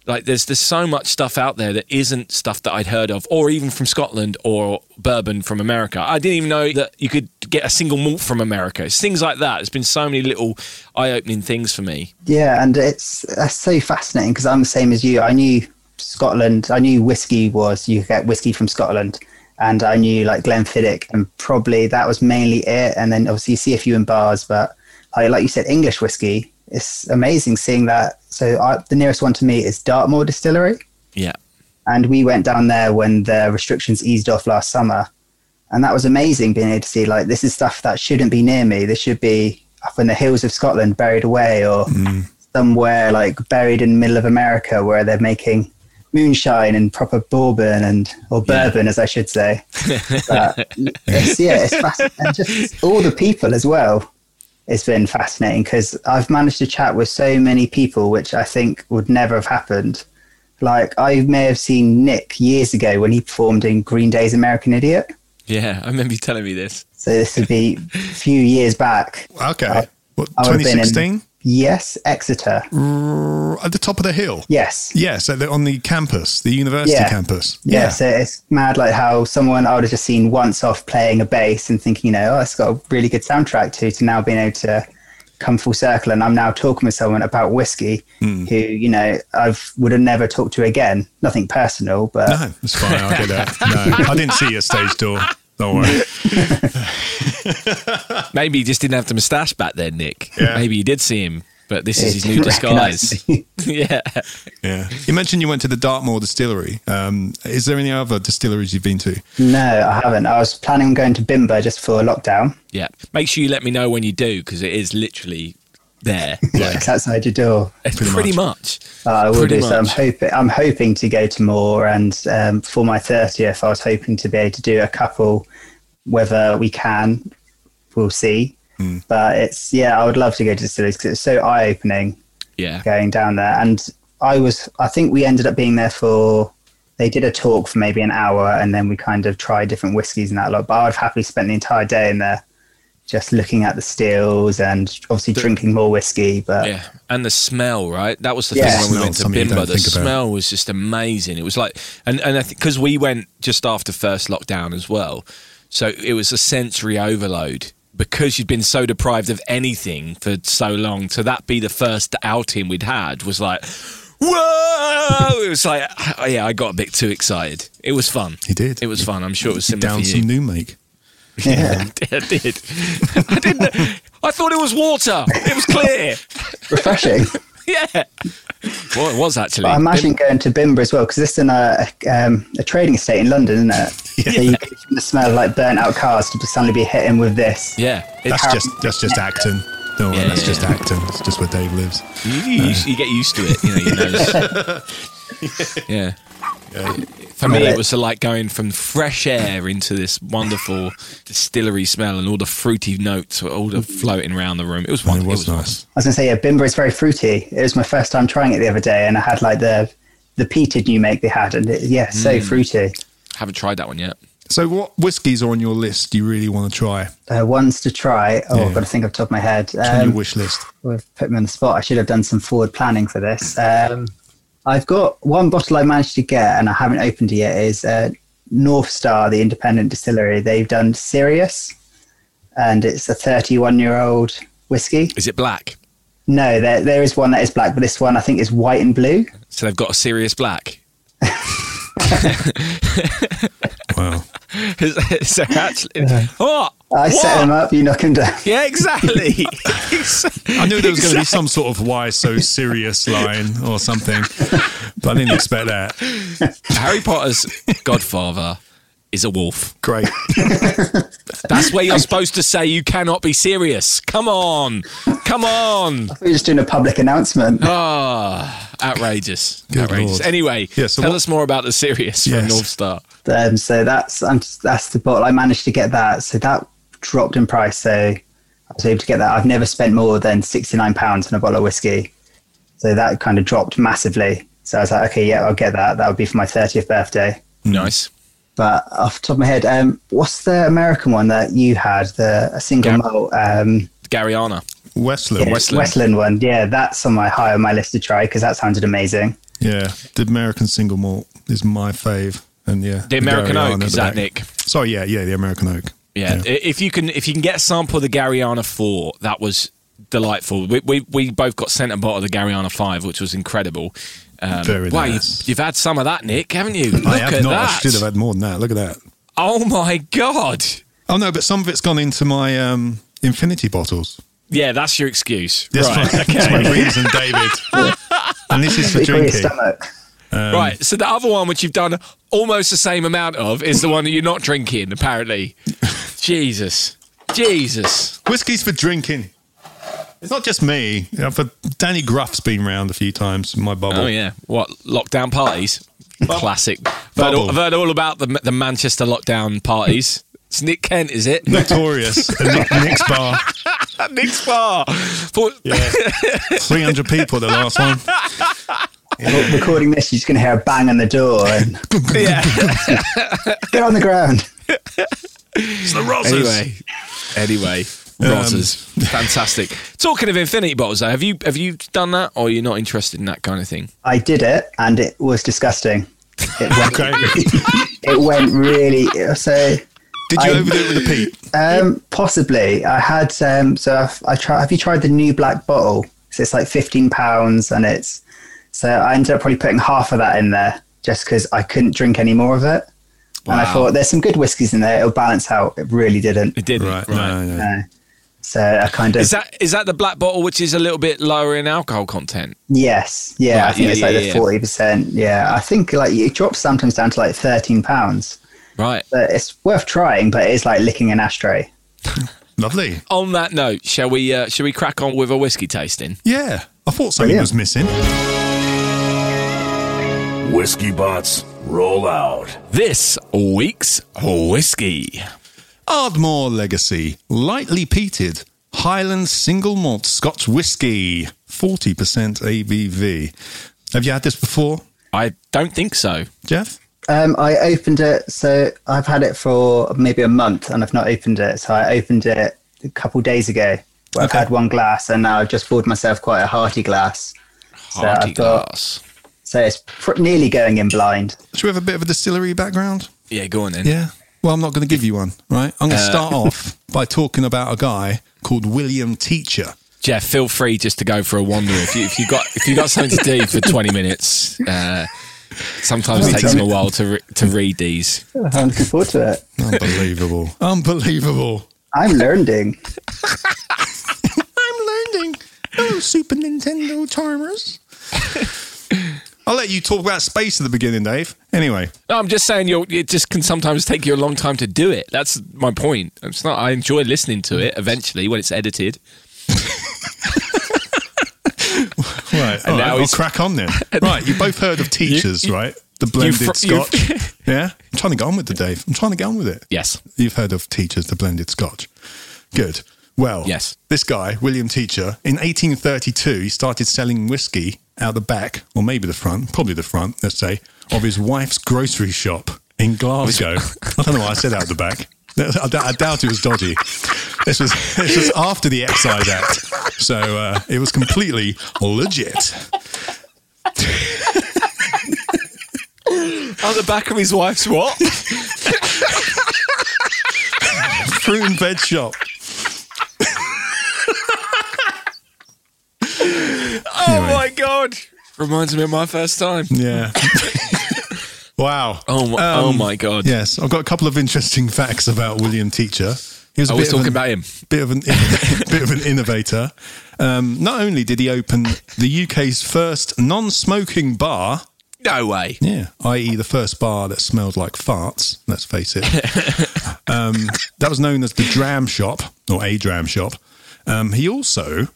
[SPEAKER 3] Like there's there's so much stuff out there that isn't stuff that I'd heard of, or even from Scotland or bourbon from America. I didn't even know that you could get a single malt from America. It's things like that. There's been so many little eye-opening things for me.
[SPEAKER 1] Yeah, and it's that's so fascinating because I'm the same as you. I knew Scotland. I knew whiskey was you could get whiskey from Scotland, and I knew like Glenfiddich, and probably that was mainly it. And then obviously you see a few in bars, but like, like you said, English whiskey. It's amazing seeing that. So I, the nearest one to me is Dartmoor Distillery,
[SPEAKER 3] Yeah,
[SPEAKER 1] and we went down there when the restrictions eased off last summer, and that was amazing being able to see like this is stuff that shouldn't be near me. This should be up in the hills of Scotland, buried away, or somewhere like buried in the middle of America where they're making moonshine and proper bourbon and or bourbon as I should say. but it's, yeah, it's fascinating. And just all the people as well. It's been fascinating because I've managed to chat with so many people, which I think would never have happened. Like I may have seen Nick years ago when he performed in Green Day's American Idiot.
[SPEAKER 3] yeah. I remember you telling me this.
[SPEAKER 1] So this would be a few years back.
[SPEAKER 2] Okay. What,
[SPEAKER 1] I would have been in-
[SPEAKER 2] 2016?
[SPEAKER 1] Yes, Exeter.
[SPEAKER 2] At the top of the hill?
[SPEAKER 1] Yes.
[SPEAKER 2] Yes, at the- on the campus, the university
[SPEAKER 1] Yeah.
[SPEAKER 2] campus.
[SPEAKER 1] Yeah, so it's mad like how someone I would have just seen once off playing a bass and thinking, you know, oh, it's got a really good soundtrack to, to now being able to come full circle. And I'm now talking with someone about whiskey who, you know, I would have never talked to again. Nothing personal, but
[SPEAKER 2] No, it's fine. I'll get that. No, I didn't see your stage door. Don't worry.
[SPEAKER 3] Maybe he just didn't have the moustache back then, Nick.
[SPEAKER 2] Yeah.
[SPEAKER 3] Maybe you did see him but this is his
[SPEAKER 1] It
[SPEAKER 3] new
[SPEAKER 1] didn't
[SPEAKER 3] disguise.
[SPEAKER 1] recognise me. <laughs>
[SPEAKER 3] <laughs> yeah.
[SPEAKER 2] Yeah. You mentioned you went to the Dartmoor distillery. Um, is there any other distilleries you've been to?
[SPEAKER 1] no, I haven't. I was planning on going to Bimba just for lockdown.
[SPEAKER 3] Yeah. Make sure you let me know when you do because it is literally there.
[SPEAKER 1] <laughs> Yeah. It's outside your door. <laughs>
[SPEAKER 3] It's
[SPEAKER 2] Pretty
[SPEAKER 3] pretty, much.
[SPEAKER 1] Uh, I will
[SPEAKER 3] Pretty
[SPEAKER 1] do so. I'm
[SPEAKER 3] much.
[SPEAKER 1] hoping I'm hoping to go to more, and um, for my thirtieth, I was hoping to be able to do a couple. Whether we can, we'll see.
[SPEAKER 3] Hmm.
[SPEAKER 1] But it's yeah, I would love to go to distilleries because it's so eye opening
[SPEAKER 3] Yeah.
[SPEAKER 1] going down there. And I was, I think we ended up being there for. They did a talk for maybe an hour, and then we kind of tried different whiskies and that lot. But I would have happily spent the entire day in there, just looking at the stills and obviously drinking more whiskey. But
[SPEAKER 3] Yeah, and the smell, right? That was the
[SPEAKER 1] Yeah.
[SPEAKER 3] thing when we went
[SPEAKER 2] Smell's
[SPEAKER 3] to
[SPEAKER 2] something you
[SPEAKER 3] Bimba.
[SPEAKER 2] don't
[SPEAKER 3] The
[SPEAKER 2] think about.
[SPEAKER 3] smell was just amazing. It was like, and and I think because we went just after first lockdown as well, so it was a sensory overload because you'd been so deprived of anything for so long. To that be the first outing we'd had was like, whoa! it was like, <laughs> oh, yeah, I got a bit too excited. It was fun.
[SPEAKER 2] He did.
[SPEAKER 3] It was fun. I'm sure it was
[SPEAKER 2] You
[SPEAKER 3] similar for
[SPEAKER 2] down
[SPEAKER 3] you.
[SPEAKER 2] some new make.
[SPEAKER 3] <laughs> yeah, I did. <laughs> I didn't. I thought it was water. It was clear. <laughs>
[SPEAKER 1] refreshing.
[SPEAKER 3] Yeah. Well, it was actually.
[SPEAKER 1] But I imagine going to Bimber as well because this is in a, um, a trading estate in London, isn't it? So you go from the smell of like burnt out cars to suddenly be hit in with this.
[SPEAKER 3] yeah. It's,
[SPEAKER 2] That's just that's just Acton. No,
[SPEAKER 3] Yeah,
[SPEAKER 2] that's
[SPEAKER 3] yeah,
[SPEAKER 2] just
[SPEAKER 3] yeah.
[SPEAKER 2] Acton. It's just where Dave lives.
[SPEAKER 3] you, you, you get used to it. You know, your nose. yeah. For me, it was uh, like going from fresh air into this wonderful distillery smell and all the fruity notes were all the floating around the room. It was
[SPEAKER 2] And it
[SPEAKER 3] wonderful.
[SPEAKER 2] was nice.
[SPEAKER 1] I was gonna say, yeah, Bimber is very fruity. It was my first time trying it the other day, and I had like the the peated new make they had, and it, yeah, so fruity.
[SPEAKER 3] Haven't tried that one yet.
[SPEAKER 2] So, what whiskies are on your list you really want to try?
[SPEAKER 1] Uh, ones to try. Oh,
[SPEAKER 2] Yeah.
[SPEAKER 1] I've got to think off the top of my head.
[SPEAKER 2] On your
[SPEAKER 1] Um,
[SPEAKER 2] wish <laughs> list?
[SPEAKER 1] we've put me on the spot. I should have done some forward planning for this. Um, I've got one bottle I managed to get, and I haven't opened it yet. Is uh, North Star, the independent distillery. They've done Sirius, and it's a 31 year old whiskey.
[SPEAKER 3] Is it black?
[SPEAKER 1] No, there there is one that is black, but this one I think is white and blue.
[SPEAKER 3] So they've got a serious black. <laughs>
[SPEAKER 2] Wow.
[SPEAKER 3] so actually, oh,
[SPEAKER 1] I set
[SPEAKER 3] what?
[SPEAKER 1] them up, you knock them down. <laughs>
[SPEAKER 3] Yeah, exactly. <laughs>
[SPEAKER 2] I knew there was going to be some sort of why so serious line or something, but I didn't expect that.
[SPEAKER 3] Harry Potter's godfather is a wolf.
[SPEAKER 2] Great.
[SPEAKER 3] That's where you're supposed to say you cannot be serious. Come on. Come on.
[SPEAKER 1] We're just doing a public announcement.
[SPEAKER 3] Ah, outrageous.
[SPEAKER 2] Good
[SPEAKER 3] outrageous.
[SPEAKER 2] Lord.
[SPEAKER 3] Anyway,
[SPEAKER 2] Yeah, so
[SPEAKER 3] tell
[SPEAKER 2] what-
[SPEAKER 3] us more about the serious
[SPEAKER 2] Yes.
[SPEAKER 3] from North Star.
[SPEAKER 1] Um, so that's um, that's the bottle. I managed to get that. So that dropped in price. So I was able to get that. I've never spent more than sixty nine pounds on a bottle of whiskey. So that kind of dropped massively. So I was like, okay, yeah, I'll get that. That would be for my thirtieth birthday.
[SPEAKER 2] Mm.
[SPEAKER 3] Nice.
[SPEAKER 1] But off the top of my head, um, what's the American one that you had? The a single
[SPEAKER 3] Yeah.
[SPEAKER 1] malt um,
[SPEAKER 3] Garyana.
[SPEAKER 2] Westland.
[SPEAKER 1] yeah,
[SPEAKER 3] Westland.
[SPEAKER 1] Westland one. Yeah, that's on my high on my list to try because that sounded amazing.
[SPEAKER 2] Yeah, the American single malt is my fave, and yeah,
[SPEAKER 3] The American
[SPEAKER 2] Gariana
[SPEAKER 3] oak,
[SPEAKER 2] at
[SPEAKER 3] is
[SPEAKER 2] the
[SPEAKER 3] that
[SPEAKER 2] back.
[SPEAKER 3] Nick?
[SPEAKER 2] Sorry, yeah, yeah, the American oak.
[SPEAKER 3] Yeah. I- If you can if you can get a sample of the Garyana 4, that was delightful. We, we, we both got sent a bottle of the Garyana 5, which was incredible. Um,
[SPEAKER 2] Very
[SPEAKER 3] wow,
[SPEAKER 2] nice.
[SPEAKER 3] you, you've had some of that, Nick, haven't you? Look
[SPEAKER 2] I have
[SPEAKER 3] at
[SPEAKER 2] not.
[SPEAKER 3] that.
[SPEAKER 2] I should have had more than that. Look at that.
[SPEAKER 3] Oh my god.
[SPEAKER 2] Oh no, but some of it's gone into my um, infinity bottles.
[SPEAKER 3] Yeah, that's your excuse.
[SPEAKER 2] That's
[SPEAKER 3] right.
[SPEAKER 2] my, that's my reason,
[SPEAKER 3] <laughs>
[SPEAKER 2] David. and this is for
[SPEAKER 1] Big for your
[SPEAKER 2] drinking.
[SPEAKER 1] stomach.
[SPEAKER 3] right. So the other one, which you've done almost the same amount of, is the one that you're not drinking, <laughs> apparently. Jesus. Jesus.
[SPEAKER 2] Whiskey's for drinking. It's not just me. You know, for Danny Gruff's been round a few times in my bubble.
[SPEAKER 3] Oh, yeah. What? Lockdown parties? Classic. I've heard, all,
[SPEAKER 2] Bubble.
[SPEAKER 3] I've heard all about the, the Manchester lockdown parties. <laughs> It's Nick Kent, is <laughs>
[SPEAKER 2] <laughs>
[SPEAKER 3] it?
[SPEAKER 2] Notorious. And Nick, Nick's bar.
[SPEAKER 3] At Nick's bar. <laughs> For-
[SPEAKER 2] Yeah. 300 people, the last one.
[SPEAKER 1] Well, recording this, you're just going to hear a bang on the door and
[SPEAKER 3] yeah.
[SPEAKER 1] get on the ground.
[SPEAKER 2] It's the Rosses.
[SPEAKER 3] <laughs> Anyway, <laughs> Um, anyway, <laughs> Rotters, fantastic. Talking of infinity bottles, though, have you have you done that, or you're not interested in that kind of thing?
[SPEAKER 1] I did it, and it was disgusting. It
[SPEAKER 3] <laughs>
[SPEAKER 1] went,
[SPEAKER 2] Okay.
[SPEAKER 1] it went really so.
[SPEAKER 2] <laughs>
[SPEAKER 1] um,
[SPEAKER 2] Did
[SPEAKER 1] I-
[SPEAKER 2] you overdo it with the peat?
[SPEAKER 1] Um, possibly, I had um, so I've, I try. Have you tried the new black bottle? So it's like fifteen pounds, and it's so I ended up probably putting half of that in there just because I couldn't drink any more of it. And I
[SPEAKER 3] Wow.
[SPEAKER 1] thought there's some good whiskies in there; it'll balance out. It really didn't.
[SPEAKER 3] It didn't.
[SPEAKER 2] Right, no, no, no.
[SPEAKER 1] No. So I kind of
[SPEAKER 3] Is that is that the black bottle, which is a little bit lower in alcohol content?
[SPEAKER 1] yes, yeah. I
[SPEAKER 3] Right,
[SPEAKER 1] think
[SPEAKER 3] yeah,
[SPEAKER 1] it's like
[SPEAKER 3] yeah,
[SPEAKER 1] the
[SPEAKER 3] yeah.
[SPEAKER 1] forty percent. Yeah, I think like it drops sometimes down to like thirteen pounds,
[SPEAKER 3] Right.
[SPEAKER 1] but it's worth trying. But it's like licking an ashtray.
[SPEAKER 2] Lovely.
[SPEAKER 3] On that note, shall we uh, shall we crack on with a whiskey tasting?
[SPEAKER 2] Yeah. I thought something
[SPEAKER 1] Brilliant.
[SPEAKER 2] was missing.
[SPEAKER 4] Whiskey bots, roll out.
[SPEAKER 3] This week's whiskey.
[SPEAKER 2] Ardmore Legacy, lightly peated, Highland single malt Scotch whiskey, 40% ABV. Have you had this before,
[SPEAKER 3] I don't think so.
[SPEAKER 2] Jeff?
[SPEAKER 1] Um, I opened it, so I've had it for maybe a month, and I've not opened it. So I opened it a couple days ago. Where I've
[SPEAKER 2] Okay.
[SPEAKER 1] had one glass, and now I've just poured myself quite a hearty glass. So
[SPEAKER 3] Hardy
[SPEAKER 1] I've got-
[SPEAKER 3] glass.
[SPEAKER 1] So it's pr- nearly going in blind.
[SPEAKER 2] Should we have a bit of a distillery background?
[SPEAKER 3] Yeah, go on then.
[SPEAKER 2] Yeah. Well, I'm not going to give you one, right? I'm going to <laughs> start off by talking about a guy called William Teacher.
[SPEAKER 3] Jeff, feel free just to go for a wander if you if you got if you got something to do for twenty minutes. Uh, sometimes it takes them a while to re- to read these.
[SPEAKER 1] I'm looking forward to it.
[SPEAKER 2] Unbelievable. <laughs> Unbelievable.
[SPEAKER 1] I'm learning.
[SPEAKER 2] I'm learning. Oh, Super Nintendo timers. I'll let you talk about space at the beginning, Dave. Anyway.
[SPEAKER 3] No, I'm just saying you it just can sometimes take you a long time to do it. That's my point. It's not. I enjoy listening to it eventually when it's edited.
[SPEAKER 2] Right. all
[SPEAKER 3] now
[SPEAKER 2] right, we'll
[SPEAKER 3] he's-
[SPEAKER 2] crack on <laughs> then. Right. You both heard of teachers, right? The blended
[SPEAKER 3] fr- you've-
[SPEAKER 2] scotch. yeah. I'm trying to get on with the Dave. I'm trying to get on with it.
[SPEAKER 3] Yes.
[SPEAKER 2] You've heard of teachers, the blended scotch. Good. Well,
[SPEAKER 3] Yes.
[SPEAKER 2] This guy, William Teacher, in 1832, he started selling whiskey out the back, or maybe the front, probably the front, let's say, of his wife's grocery shop in
[SPEAKER 3] <laughs>
[SPEAKER 2] Glasgow. I don't know why I said out the back. I, d- I doubt it was dodgy. This was this was after the Excise Act, so uh, it was completely legit.
[SPEAKER 3] On the back of his wife's <laughs> what?
[SPEAKER 2] fruit and veg shop.
[SPEAKER 3] oh my god! Reminds me of my first time.
[SPEAKER 2] Yeah. <laughs> wow.
[SPEAKER 3] Oh my, oh
[SPEAKER 2] Um,
[SPEAKER 3] my god!
[SPEAKER 2] Yes, I've got a couple of interesting <laughs> facts about William Teacher. He was a
[SPEAKER 3] I
[SPEAKER 2] bit
[SPEAKER 3] was
[SPEAKER 2] of
[SPEAKER 3] talking
[SPEAKER 2] an-
[SPEAKER 3] about him.
[SPEAKER 2] <laughs> bit of an <laughs> bit of an innovator. Um, not only did he open the UK's first non-smoking bar,
[SPEAKER 3] No way.
[SPEAKER 2] yeah, i.e., the first bar that smelled like farts. Let's face
[SPEAKER 3] <laughs>
[SPEAKER 2] it. um, that was known as the Dram Shop or a Dram Shop. Um, he also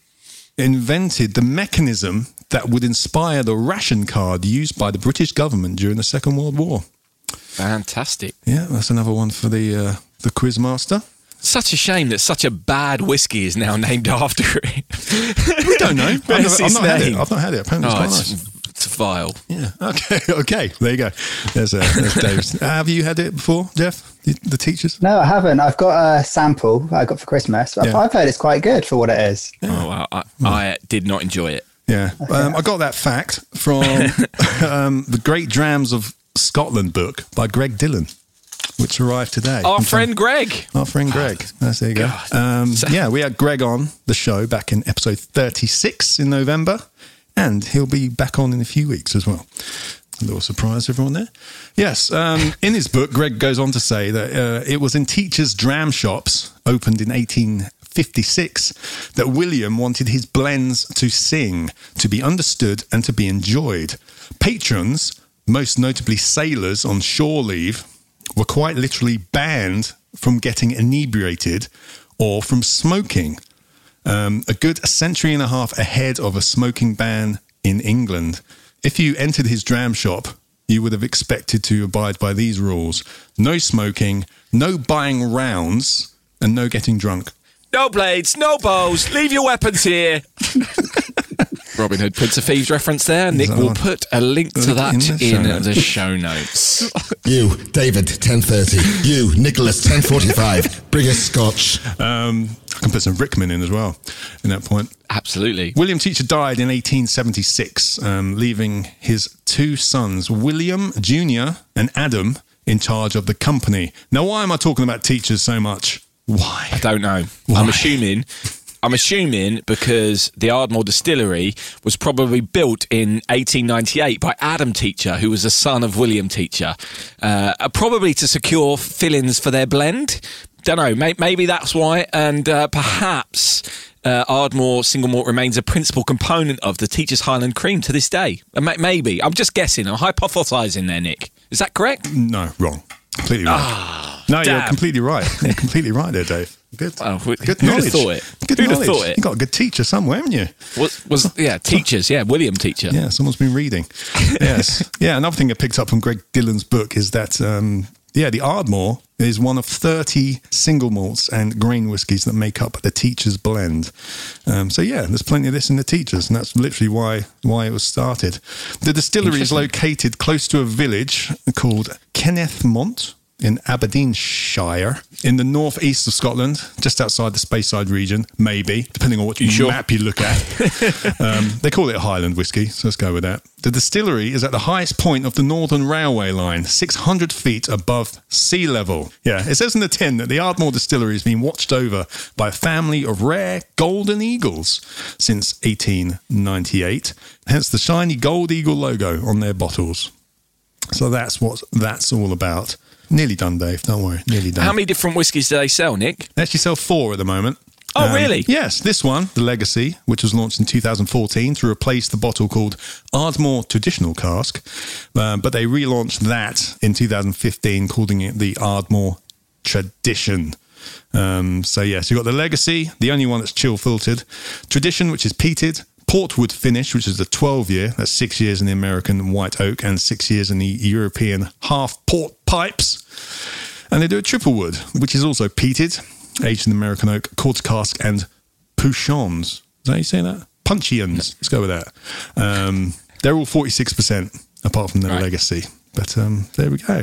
[SPEAKER 2] invented the mechanism that would inspire the ration card used by the British government during the Second World War.
[SPEAKER 3] Fantastic.
[SPEAKER 2] Yeah, that's another one for the uh, the quiz
[SPEAKER 3] <laughs>
[SPEAKER 2] master.
[SPEAKER 3] Such a shame that such a bad whiskey is now named <laughs> after it.
[SPEAKER 2] We don't
[SPEAKER 3] <laughs>
[SPEAKER 2] know. I've, never,
[SPEAKER 3] Where's
[SPEAKER 2] I've
[SPEAKER 3] his
[SPEAKER 2] not had it.
[SPEAKER 3] name?
[SPEAKER 2] I've not had it. Apparently, it's
[SPEAKER 3] Oh,
[SPEAKER 2] quite
[SPEAKER 3] it's,
[SPEAKER 2] nice.
[SPEAKER 3] it's vile.
[SPEAKER 2] Yeah. Okay. <laughs> Okay. There you go. There's, uh,
[SPEAKER 3] <laughs>
[SPEAKER 2] there's Dave's. Have you had it before, Jeff? The, the teachers?
[SPEAKER 1] No, I haven't. I've got a sample I got for Christmas. I've,
[SPEAKER 2] Yeah.
[SPEAKER 1] I've heard it's quite good for what it is.
[SPEAKER 3] Oh wow! I, I did not enjoy it.
[SPEAKER 2] Yeah. Um, I got that fact
[SPEAKER 3] <laughs>
[SPEAKER 2] from um, the Great Drams of Scotland book by Greg Dillon, which arrived today.
[SPEAKER 3] Our
[SPEAKER 2] I'm
[SPEAKER 3] friend Greg.
[SPEAKER 2] Our friend Greg. That's, there you go. Um, yeah, we had Greg on the show back in episode 36 in November, and he'll be back on in a few weeks as well. A little surprise, for everyone there. Yes, <laughs> um, in his book, Greg goes on to say that uh, it was in teachers' dram shops opened in 1856 that William wanted his blends to sing, to be understood, and to be enjoyed. Patrons, most notably sailors on shore leave, were quite literally banned from getting inebriated or from smoking. Um, a good century and a half ahead of a smoking ban in England. If you entered his dram shop, you would have expected to abide by these rules no smoking, no buying rounds, and no getting drunk.
[SPEAKER 3] No blades, no bows. Leave your weapons here. <laughs> Robin Hood, Prince of Thieves reference there. Nick
[SPEAKER 2] that
[SPEAKER 3] will
[SPEAKER 2] one?
[SPEAKER 3] put a link to
[SPEAKER 2] Link
[SPEAKER 3] that
[SPEAKER 2] in the show
[SPEAKER 3] in
[SPEAKER 2] notes.
[SPEAKER 3] the show notes.
[SPEAKER 5] You, David, 10.30. You, Nicholas, 10.45. Bring us scotch.
[SPEAKER 2] Um, I can put some Rickman in as well in that point.
[SPEAKER 3] Absolutely.
[SPEAKER 2] William Teacher died in 1876, um, leaving his two sons, William Jr. and Adam, in charge of the company. Now, why am I talking about teachers so much? Why?
[SPEAKER 3] Don't know. I'm assuming. I'm assuming because the Ardmore Distillery was probably built in 1898 by Adam Teacher, who was a son of William Teacher, uh, probably to secure fillings for their blend. don't know. May- maybe that's why, and uh, perhaps uh, Ardmore single malt remains a principal component of the Teachers Highland Cream to this day. And ma- maybe I'm just guessing. I'm hypothesising there, Nick. Is that correct?
[SPEAKER 2] No, wrong. Completely wrong. no, you're
[SPEAKER 3] Ah, damn.
[SPEAKER 2] completely right. <laughs> You're completely right there, Dave. Good,
[SPEAKER 3] Wow, who-
[SPEAKER 2] good
[SPEAKER 3] <laughs> who'd have
[SPEAKER 2] knowledge.
[SPEAKER 3] thought it?
[SPEAKER 2] Good
[SPEAKER 3] Who'd
[SPEAKER 2] knowledge.
[SPEAKER 3] have thought it?
[SPEAKER 2] You got a good teacher somewhere, haven't you?
[SPEAKER 3] Was, was yeah, teachers. Yeah, William teacher.
[SPEAKER 2] Yeah, someone's been reading. Yes. yeah, another thing I picked up from Greg Dillon's book is that, um, yeah, the Ardmore is one of 30 single malts and grain whiskies that make up the Teacher's Blend. Um, so, yeah, there's plenty of this in the Teacher's, and that's literally why, why it was started. The distillery is located close to a village called Kenneth Mont. In Aberdeenshire, in the northeast of Scotland, just outside the Speyside region, maybe, depending on what you
[SPEAKER 3] sure?
[SPEAKER 2] map you look at. um, they call it a Highland whiskey, so let's go with that. The distillery is at the highest point of the Northern Railway line, 600 feet above sea level. Yeah, it says in the tin that the Ardmore distillery has been watched over by a family of rare golden eagles since 1898, hence the shiny gold eagle logo on their bottles. So that's what that's all about. Nearly done, Dave. Don't worry. Nearly done.
[SPEAKER 3] How many different whiskies do they sell, Nick?
[SPEAKER 2] They actually sell four at the moment. Um,
[SPEAKER 3] Oh, really?
[SPEAKER 2] Yes, this one, the Legacy, which was launched in 2014 to replace the bottle called Ardmore Traditional Cask, um, but they relaunched that in 2015, calling it the Ardmore Tradition. Um, so yes, you've got the Legacy, the only one that's chill filtered, Tradition, which is peated, Portwood finish, which is the 12 year, that's six years in the American white oak and six years in the European half port pipes. And they do a triple wood, which is also peated, aged in American oak, quartz cask, and pouchons. Is that how you say that? Punchions. Let's go with that. Um, they're all 46%, apart from their
[SPEAKER 3] Right.
[SPEAKER 2] legacy. But um, there we go.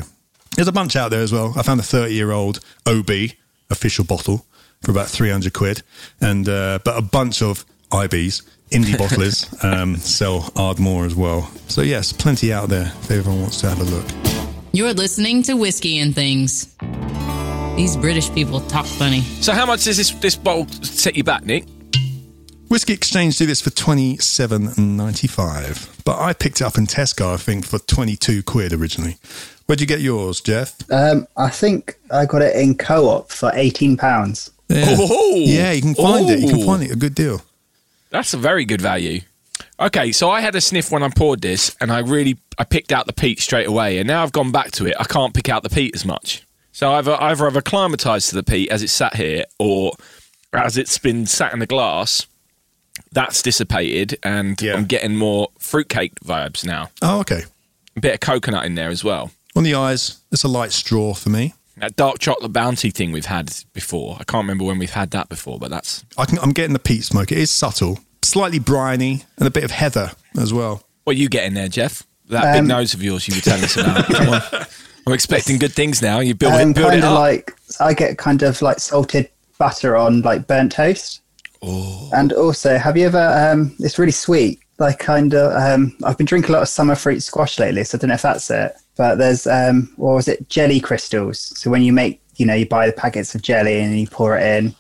[SPEAKER 2] There's a bunch out there as well. I found a 30 year old OB official bottle for about 300 quid, and uh, but a bunch of IBs. Indie bottlers um, sell Ardmore as well. So, yes, plenty out there if everyone wants to have a look.
[SPEAKER 6] You're listening to Whiskey and Things. These British people talk funny.
[SPEAKER 3] So how much does this this bottle set you back, Nick?
[SPEAKER 2] Whiskey Exchange do this for twenty seven ninety five, but I picked it up in Tesco, I think, for twenty two quid originally. Where'd you get yours, Jeff?
[SPEAKER 1] Um, I think I got it in co-op for eighteen pounds.
[SPEAKER 2] Yeah,
[SPEAKER 3] Oh!
[SPEAKER 2] yeah you can find it. You can
[SPEAKER 3] Oh!
[SPEAKER 2] find it a good deal.
[SPEAKER 3] That's a very good value. Okay, so I had a sniff when I poured this, and I really I picked out the peat straight away, and now I've gone back to it. I can't pick out the peat as much. So either either I've acclimatized to the peat as it sat here, or as it's been sat in the glass, that's dissipated, and
[SPEAKER 2] Yeah.
[SPEAKER 3] I'm getting more fruitcake vibes now.
[SPEAKER 2] Oh, okay.
[SPEAKER 3] A bit of coconut in there as well.
[SPEAKER 2] On the eyes, it's a light straw for me.
[SPEAKER 3] That dark chocolate bounty thing we've had before. I can't remember when we've had that before, but that's
[SPEAKER 2] I can, I'm getting the peat smoke. It is subtle, slightly briny, and a bit of heather as well.
[SPEAKER 3] What you get in there, Jeff? That big
[SPEAKER 1] Um,
[SPEAKER 3] nose of yours you were telling
[SPEAKER 1] <laughs>
[SPEAKER 3] us about. Come on. I'm expecting good things now. You build
[SPEAKER 1] Um,
[SPEAKER 3] it, build
[SPEAKER 1] kind
[SPEAKER 3] it
[SPEAKER 1] of
[SPEAKER 3] up.
[SPEAKER 1] like I get kind of like salted butter on like burnt toast.
[SPEAKER 3] Oh.
[SPEAKER 1] And also, have you ever? Um, it's really sweet. Like kind of, um, I've been drinking a lot of summer fruit squash lately, so I don't know if that's it. But there's, um, what was it, jelly crystals? So when you make, you know, you buy the packets of jelly and you pour it in,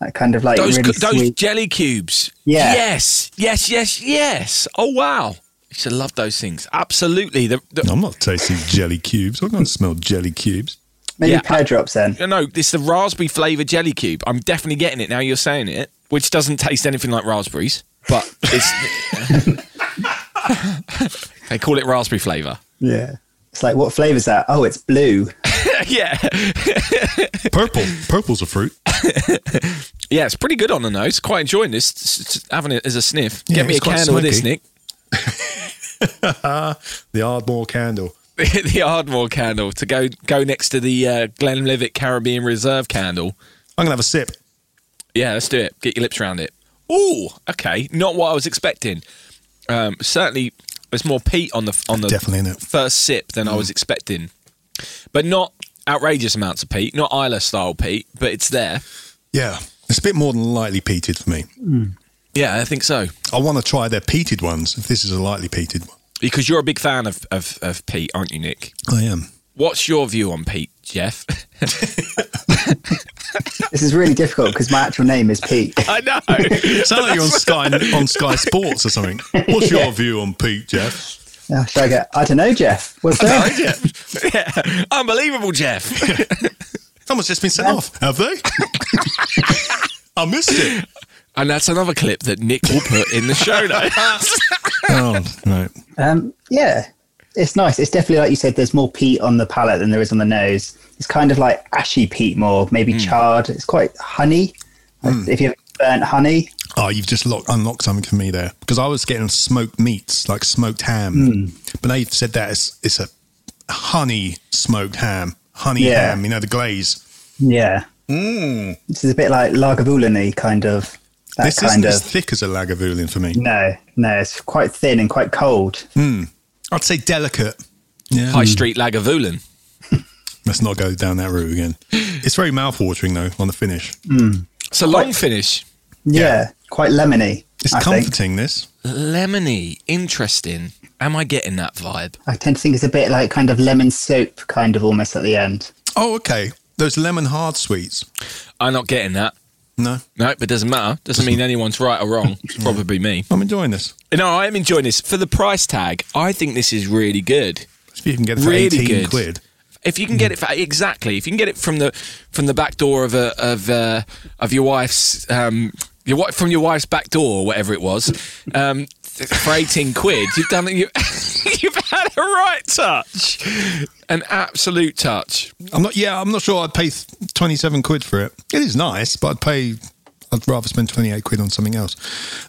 [SPEAKER 1] that kind of like
[SPEAKER 3] those
[SPEAKER 1] really
[SPEAKER 3] those
[SPEAKER 1] sweet.
[SPEAKER 3] jelly cubes.
[SPEAKER 1] Yeah.
[SPEAKER 3] Yes. Yes. Yes. Yes. Oh wow! I should love those things. Absolutely. The, the,
[SPEAKER 2] I'm not tasting jelly cubes. I can't smell jelly <laughs> cubes.
[SPEAKER 1] Maybe
[SPEAKER 3] yeah,
[SPEAKER 1] pear drops in.
[SPEAKER 3] no, no, it's the raspberry flavored jelly cube. I'm definitely getting it now. You're saying it, which doesn't taste anything like raspberries, but it's.
[SPEAKER 1] <laughs>
[SPEAKER 3] <laughs> they call it raspberry flavor. <laughs>
[SPEAKER 1] Yeah. It's like, what flavour's that? Oh, it's blue.
[SPEAKER 3] yeah.
[SPEAKER 2] Purple. Purple's a fruit.
[SPEAKER 3] Yeah, it's pretty good on the nose. Quite enjoying this, s- s- having it as a sniff.
[SPEAKER 2] Yeah,
[SPEAKER 3] Get me
[SPEAKER 2] it's
[SPEAKER 3] a
[SPEAKER 2] quite
[SPEAKER 3] candle of this,
[SPEAKER 2] smoky.
[SPEAKER 3] Nick.
[SPEAKER 2] Uh, The Ardmore candle.
[SPEAKER 3] <laughs> the Ardmore candle to go go next to the uh, Glenlivet Caribbean Reserve candle.
[SPEAKER 2] I'm going to have a sip.
[SPEAKER 3] Yeah, let's do it. Get your lips around it. Ooh, okay, not what I was expecting. Um, certainly, there's more peat on the on the
[SPEAKER 2] Definitely in it. Mm.
[SPEAKER 3] first sip than I was expecting, but not outrageous amounts of peat, not Isla style peat, but it's there.
[SPEAKER 2] Yeah. It's a bit more than lightly peated for me.
[SPEAKER 3] Yeah, I think so.
[SPEAKER 2] I want to try their peated ones if this is a lightly peated one.
[SPEAKER 3] Because you're a big fan of of, of peat, aren't you, Nick?
[SPEAKER 2] I <laughs> am.
[SPEAKER 3] What's your view on peat, Jeff? <laughs>
[SPEAKER 1] This is really difficult because my actual name is
[SPEAKER 3] <laughs>
[SPEAKER 1] Pete.
[SPEAKER 3] I know.
[SPEAKER 2] Sound like you're on Sky on Sky Sports or something. What's your view on Pete, Jeff?
[SPEAKER 1] Now, Oh, should I
[SPEAKER 3] <laughs>
[SPEAKER 1] get, I don't know, Jeff. What's that?
[SPEAKER 3] Unbelievable, Jeff.
[SPEAKER 2] Someone's just been sent off, have they? <laughs> I missed it.
[SPEAKER 3] And that's another clip that Nick will put in the <laughs> show notes.
[SPEAKER 2] Oh no!
[SPEAKER 1] Um, yeah, it's nice. It's definitely like you said. There's more peat on the palate than there is on the nose. It's kind of like ashy peat, more maybe
[SPEAKER 2] Hmm.
[SPEAKER 1] charred. It's quite honey. Like, If you have burnt honey,
[SPEAKER 2] Oh, you've just locked, unlocked something for me there because I was getting smoked meats, like smoked ham,
[SPEAKER 1] Hmm.
[SPEAKER 2] but now you've said that it's, it's a honey smoked ham, honey
[SPEAKER 1] Yeah.
[SPEAKER 2] ham. You know the glaze.
[SPEAKER 1] yeah. This is a bit like lagavulin kind of. That
[SPEAKER 2] Hmm. This
[SPEAKER 1] kind
[SPEAKER 2] isn't
[SPEAKER 1] of.
[SPEAKER 2] as thick as a Lagavulin for me.
[SPEAKER 1] No, no, it's quite thin and quite cold.
[SPEAKER 2] Hmm. I'd say delicate. Yeah.
[SPEAKER 3] High Street Lagavulin.
[SPEAKER 2] Let's not go down that route again. It's very mouthwatering though on the finish.
[SPEAKER 3] It's a long finish.
[SPEAKER 1] Yeah, quite lemony.
[SPEAKER 2] It's
[SPEAKER 1] I think.
[SPEAKER 2] comforting. This.
[SPEAKER 3] Lemony. Interesting. Am I getting that vibe?
[SPEAKER 1] I tend to think it's a bit like kind of lemon soap, kind of almost at the end.
[SPEAKER 2] Oh, okay. Those lemon hard sweets.
[SPEAKER 3] I'm not getting that.
[SPEAKER 2] No,
[SPEAKER 3] No, but doesn't matter. Doesn't mean anyone's right or wrong. It's probably me.
[SPEAKER 2] I'm enjoying this.
[SPEAKER 3] No, I am enjoying this. For the price tag, I think this is really good.
[SPEAKER 2] If you can get it for
[SPEAKER 3] Really
[SPEAKER 2] 18
[SPEAKER 3] good.
[SPEAKER 2] quid.
[SPEAKER 3] If you can
[SPEAKER 2] Mm.
[SPEAKER 3] get it for exactly, if you can get it from the from the back door of a of uh, of your wife's um your wife from your wife's back door or whatever it was, um for eighteen quid, you've done you <laughs> you've had a right touch, an absolute touch.
[SPEAKER 2] I'm not. Yeah, I'm not sure. I'd pay th- 27 quid for it. It is nice, but I'd pay. I'd rather spend 28 quid on something else.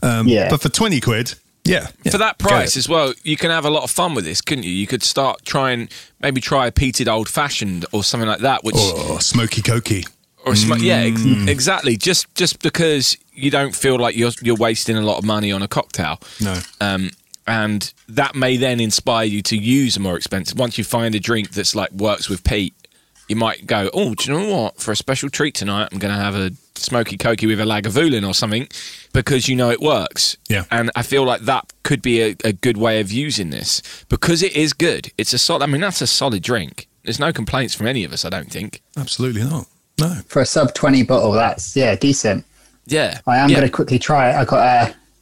[SPEAKER 2] Um,
[SPEAKER 1] Yeah.
[SPEAKER 2] But for 20 quid, yeah, yeah,
[SPEAKER 3] for that
[SPEAKER 2] go.
[SPEAKER 3] price as well, you can have a lot of fun with this, couldn't you? You could start trying, maybe try a peated old fashioned or something like that, which
[SPEAKER 2] Oh, smoky cokey.
[SPEAKER 3] or sm- yeah, ex-
[SPEAKER 2] Mm.
[SPEAKER 3] exactly. Just just because you don't feel like you're you're wasting a lot of money on a cocktail,
[SPEAKER 2] No.
[SPEAKER 3] um, and that may then inspire you to use a more expensive. Once you find a drink that's like works with peat, you might go, oh, do you know what? For a special treat tonight, I'm going to have a smoky cokey with a lagavulin or something because you know it works.
[SPEAKER 2] Yeah.
[SPEAKER 3] And I feel like that could be a, a good way of using this because it is good. It's a solid. I mean, that's a solid drink. There's no complaints from any of us, I don't think.
[SPEAKER 2] Absolutely not. No.
[SPEAKER 1] For a sub 20 bottle, that's, yeah, decent.
[SPEAKER 3] Yeah.
[SPEAKER 1] I am
[SPEAKER 3] Yeah.
[SPEAKER 1] going to quickly try it. I got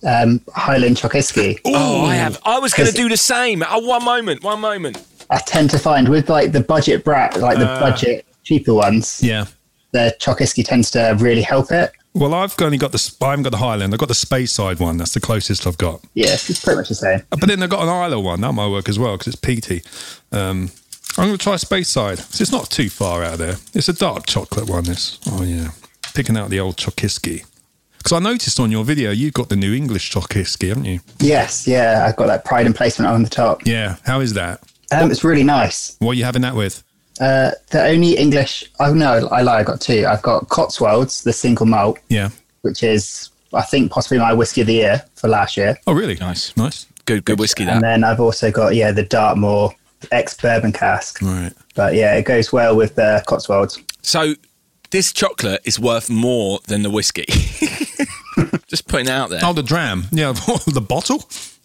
[SPEAKER 1] a um, Highland Chokiski.
[SPEAKER 3] Oh, I have. I was going to
[SPEAKER 1] Is it-
[SPEAKER 3] do the same. Oh, one moment, one moment.
[SPEAKER 1] I tend to find with like the budget brat, like
[SPEAKER 3] Uh.
[SPEAKER 1] the budget cheaper ones,
[SPEAKER 2] Yeah.
[SPEAKER 1] the Chokiski tends to really help it.
[SPEAKER 2] Well, I've only got the. sp- I haven't got the Highland. I've got the Space Side one. That's the closest I've got.
[SPEAKER 1] Yes, it's pretty much the same.
[SPEAKER 2] Uh, But then they've got an Isla one. That might work as well because it's peaty. Um, I'm going to try Space Side. So it's not too far out there. It's a dark chocolate one, this. Oh, yeah. Picking out the old Chokiski. Because I noticed on your video, you've got the new English Chokiski, haven't you?
[SPEAKER 1] Yes, yeah, I've got that pride and placement on the top.
[SPEAKER 2] Yeah. How is that?
[SPEAKER 1] Um, it's really nice.
[SPEAKER 2] What are you having that with?
[SPEAKER 1] Uh, the only English, oh no, I lie, I got two. I've got Cotswolds, the single malt,
[SPEAKER 2] Yeah.
[SPEAKER 1] which is, I think, possibly my whiskey of the year for last year.
[SPEAKER 2] Oh, really?
[SPEAKER 3] Nice.
[SPEAKER 2] Nice.
[SPEAKER 3] Good, good whiskey.
[SPEAKER 1] And
[SPEAKER 3] That.
[SPEAKER 1] then I've also got, yeah, the Dartmoor ex bourbon cask.
[SPEAKER 3] Mm.
[SPEAKER 2] Right.
[SPEAKER 1] But yeah, it goes well with the Cotswolds.
[SPEAKER 3] So, this chocolate is worth more than the whiskey. <laughs> Just putting it out there.
[SPEAKER 2] Oh, the dram. Yeah. <laughs> the bottle?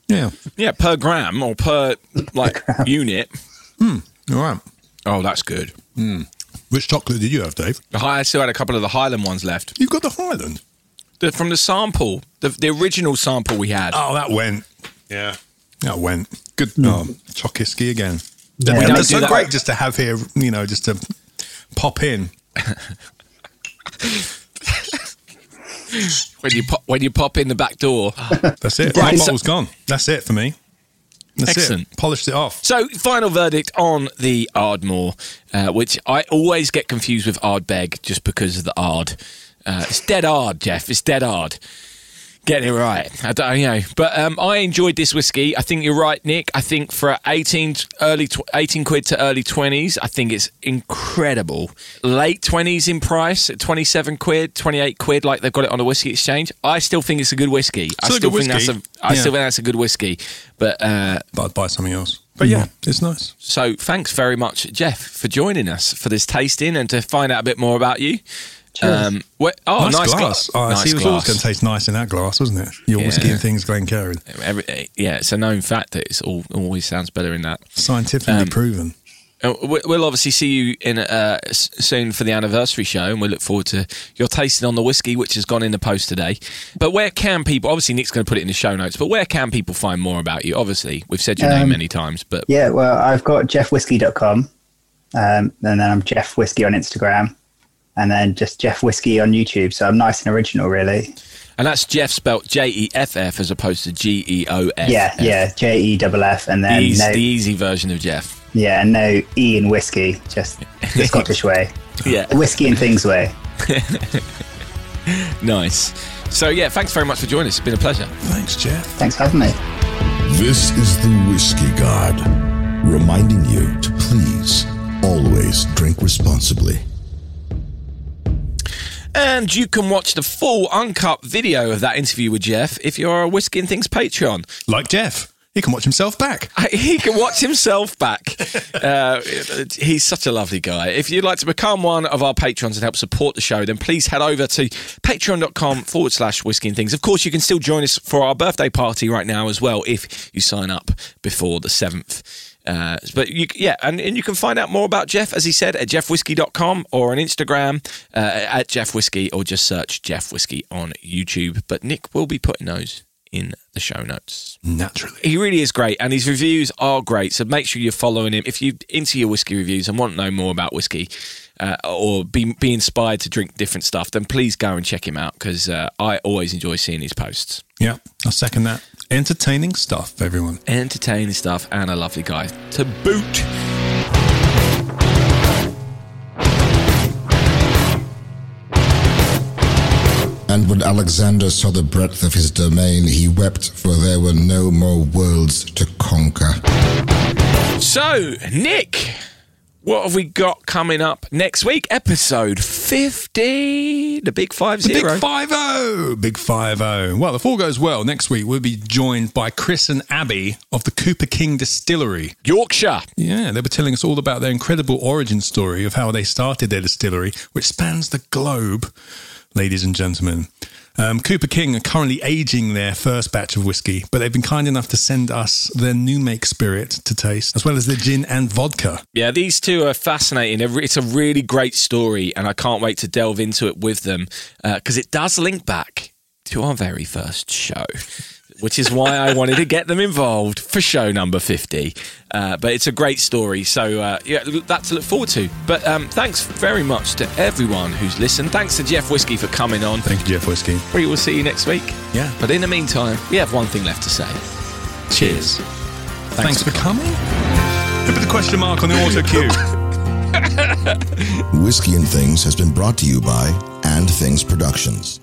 [SPEAKER 2] Yeah.
[SPEAKER 3] Yeah, per gram or per
[SPEAKER 2] <laughs>
[SPEAKER 3] like unit.
[SPEAKER 2] All right.
[SPEAKER 3] Oh, that's good.
[SPEAKER 2] Which chocolate did you have, Dave?
[SPEAKER 3] The high, I still had a couple of the Highland ones left
[SPEAKER 2] You've got the Highland.
[SPEAKER 3] the, from the sample, the, the original sample we had.
[SPEAKER 2] Oh, that went. Yeah. That went. Good. Oh, Chokiski again.
[SPEAKER 1] We
[SPEAKER 2] And
[SPEAKER 3] don't
[SPEAKER 2] it's
[SPEAKER 3] do
[SPEAKER 2] so
[SPEAKER 3] that.
[SPEAKER 2] great just to have here, you know, just to pop in.
[SPEAKER 3] When you pop, when you pop in the back door.
[SPEAKER 2] Oh. That's it.
[SPEAKER 3] Right,
[SPEAKER 2] One
[SPEAKER 3] so-
[SPEAKER 2] bottle's gone. That's it for me. That's
[SPEAKER 3] Excellent.
[SPEAKER 2] it. Polished it off.
[SPEAKER 3] So, final verdict on the Ardmore, uh, which I always get confused with Ardbeg just because of the Ard. Uh, it's dead Ard, Jeff. It's dead Ard. Get it right. I don't you know, but um, I enjoyed this whiskey. I think you're right, Nick. I think for eighteen t- early tw- eighteen quid to early twenties, I think it's incredible. Late twenties in price, at twenty seven quid, twenty eight quid, like they've got it on the whiskey exchange. I still think it's a good whiskey. I
[SPEAKER 2] Still a
[SPEAKER 3] still
[SPEAKER 2] good
[SPEAKER 3] think that's
[SPEAKER 2] whiskey.
[SPEAKER 3] a. I
[SPEAKER 2] Yeah.
[SPEAKER 3] still think that's a good whiskey, but. Uh,
[SPEAKER 2] But I'd buy something else. But yeah, it's nice.
[SPEAKER 3] so thanks very much, Jeff, for joining us for this tasting and to find out a bit more about you. Um, wh- oh, nice,
[SPEAKER 2] nice, glass. Oh, I
[SPEAKER 3] nice
[SPEAKER 2] see, it was always
[SPEAKER 3] glass.
[SPEAKER 2] going to taste nice in that glass, wasn't it? Your whiskey
[SPEAKER 3] Yeah.
[SPEAKER 2] and things, Glencairn.
[SPEAKER 3] Every- eh, yeah, it's a known fact that it's all always sounds better in that.
[SPEAKER 2] Scientifically
[SPEAKER 3] Um,
[SPEAKER 2] proven.
[SPEAKER 3] Uh, we- We'll obviously see you in uh, s- soon for the anniversary show, and we look forward to your tasting on the whiskey, which has gone in the post today. But where can people? Obviously, Nick's going to put it in the show notes. But where can people find more about you? Obviously, we've said your name many times, but
[SPEAKER 1] um, Yeah, well, I've got jeffwhiskey.com um, and then I'm Jeff Whiskey on Instagram. and then just Jeff Whiskey on YouTube. So I'm nice and original, really.
[SPEAKER 3] And that's Jeff spelt J E F F as opposed to G E O F.
[SPEAKER 1] Yeah, yeah, J E double F, and
[SPEAKER 3] The
[SPEAKER 1] then
[SPEAKER 3] easy,
[SPEAKER 1] no,
[SPEAKER 3] the easy version of Jeff.
[SPEAKER 1] yeah, and no E in whiskey, just the Scottish way,
[SPEAKER 3] Yeah.
[SPEAKER 1] whiskey and things way.
[SPEAKER 3] <laughs> Nice. So, yeah, thanks very much for joining us. It's been a pleasure.
[SPEAKER 2] Thanks, Jeff.
[SPEAKER 1] Thanks for having me.
[SPEAKER 4] This is the Whiskey God, reminding you to please always drink responsibly.
[SPEAKER 3] And you can watch the full uncut video of that interview with Jeff if you are a Whiskey and Things Patreon.
[SPEAKER 2] Like Jeff, he can watch himself
[SPEAKER 3] <laughs>
[SPEAKER 2] back.
[SPEAKER 3] He can watch himself back. Uh, he's such a lovely guy. If you'd like to become one of our patrons and help support the show, then please head over to patreon.com forward slash whiskey and things. Of course, you can still join us for our birthday party right now as well if you sign up before the 7th. Uh, but you, yeah, and, and you can find out more about Jeff, as he said, at jeffwhiskey.com or on Instagram uh, at jeffwhiskey or just search Jeff Whiskey on YouTube. But Nick will be putting those in the show notes
[SPEAKER 2] Naturally.
[SPEAKER 3] he really is great, and his reviews are great. So make sure you're following him. If you into your whiskey reviews and want to know more about whiskey, uh, or be be inspired to drink different stuff, then please go and check him out because uh, I always enjoy seeing his posts.
[SPEAKER 2] Yeah, I second that. Entertaining stuff, everyone.
[SPEAKER 3] Entertaining stuff and a lovely guy to boot.
[SPEAKER 5] And when Alexander saw the breadth of his domain, he wept, for there were no more worlds to conquer.
[SPEAKER 3] So Nick, what have we got coming up next week? Episode fifty, the big five
[SPEAKER 2] The
[SPEAKER 3] zero.
[SPEAKER 2] Big Five O, Big Five O. Well, if all goes well, next week we'll be joined by Chris and Abby of the Cooper King Distillery.
[SPEAKER 3] Yorkshire.
[SPEAKER 2] Yeah, they were telling us all about their incredible origin story of how they started their distillery, which spans the globe, ladies and gentlemen. Um, Cooper King are currently aging their first batch of whiskey, but they've been kind enough to send us their new make spirit to taste, as well as their gin and vodka.
[SPEAKER 3] Yeah, these two are fascinating. They're re- It's a really great story, and I can't wait to delve into it with them because it does link back to our very first show, which is why I wanted to get them involved for show number 50. Uh, but it's a great story, so uh, yeah, l- that to look forward to. But um, thanks very much to everyone who's listened. Thanks to Jeff Whiskey for coming on.
[SPEAKER 2] Thank you, Jeff Whiskey.
[SPEAKER 3] We will see you next week.
[SPEAKER 2] Yeah.
[SPEAKER 3] But in the meantime, we have one thing left to say. Cheers.
[SPEAKER 2] Thanks, for coming. A bit of question mark on the auto cue.
[SPEAKER 4] Whiskey and Things has been brought to you by And Things Productions.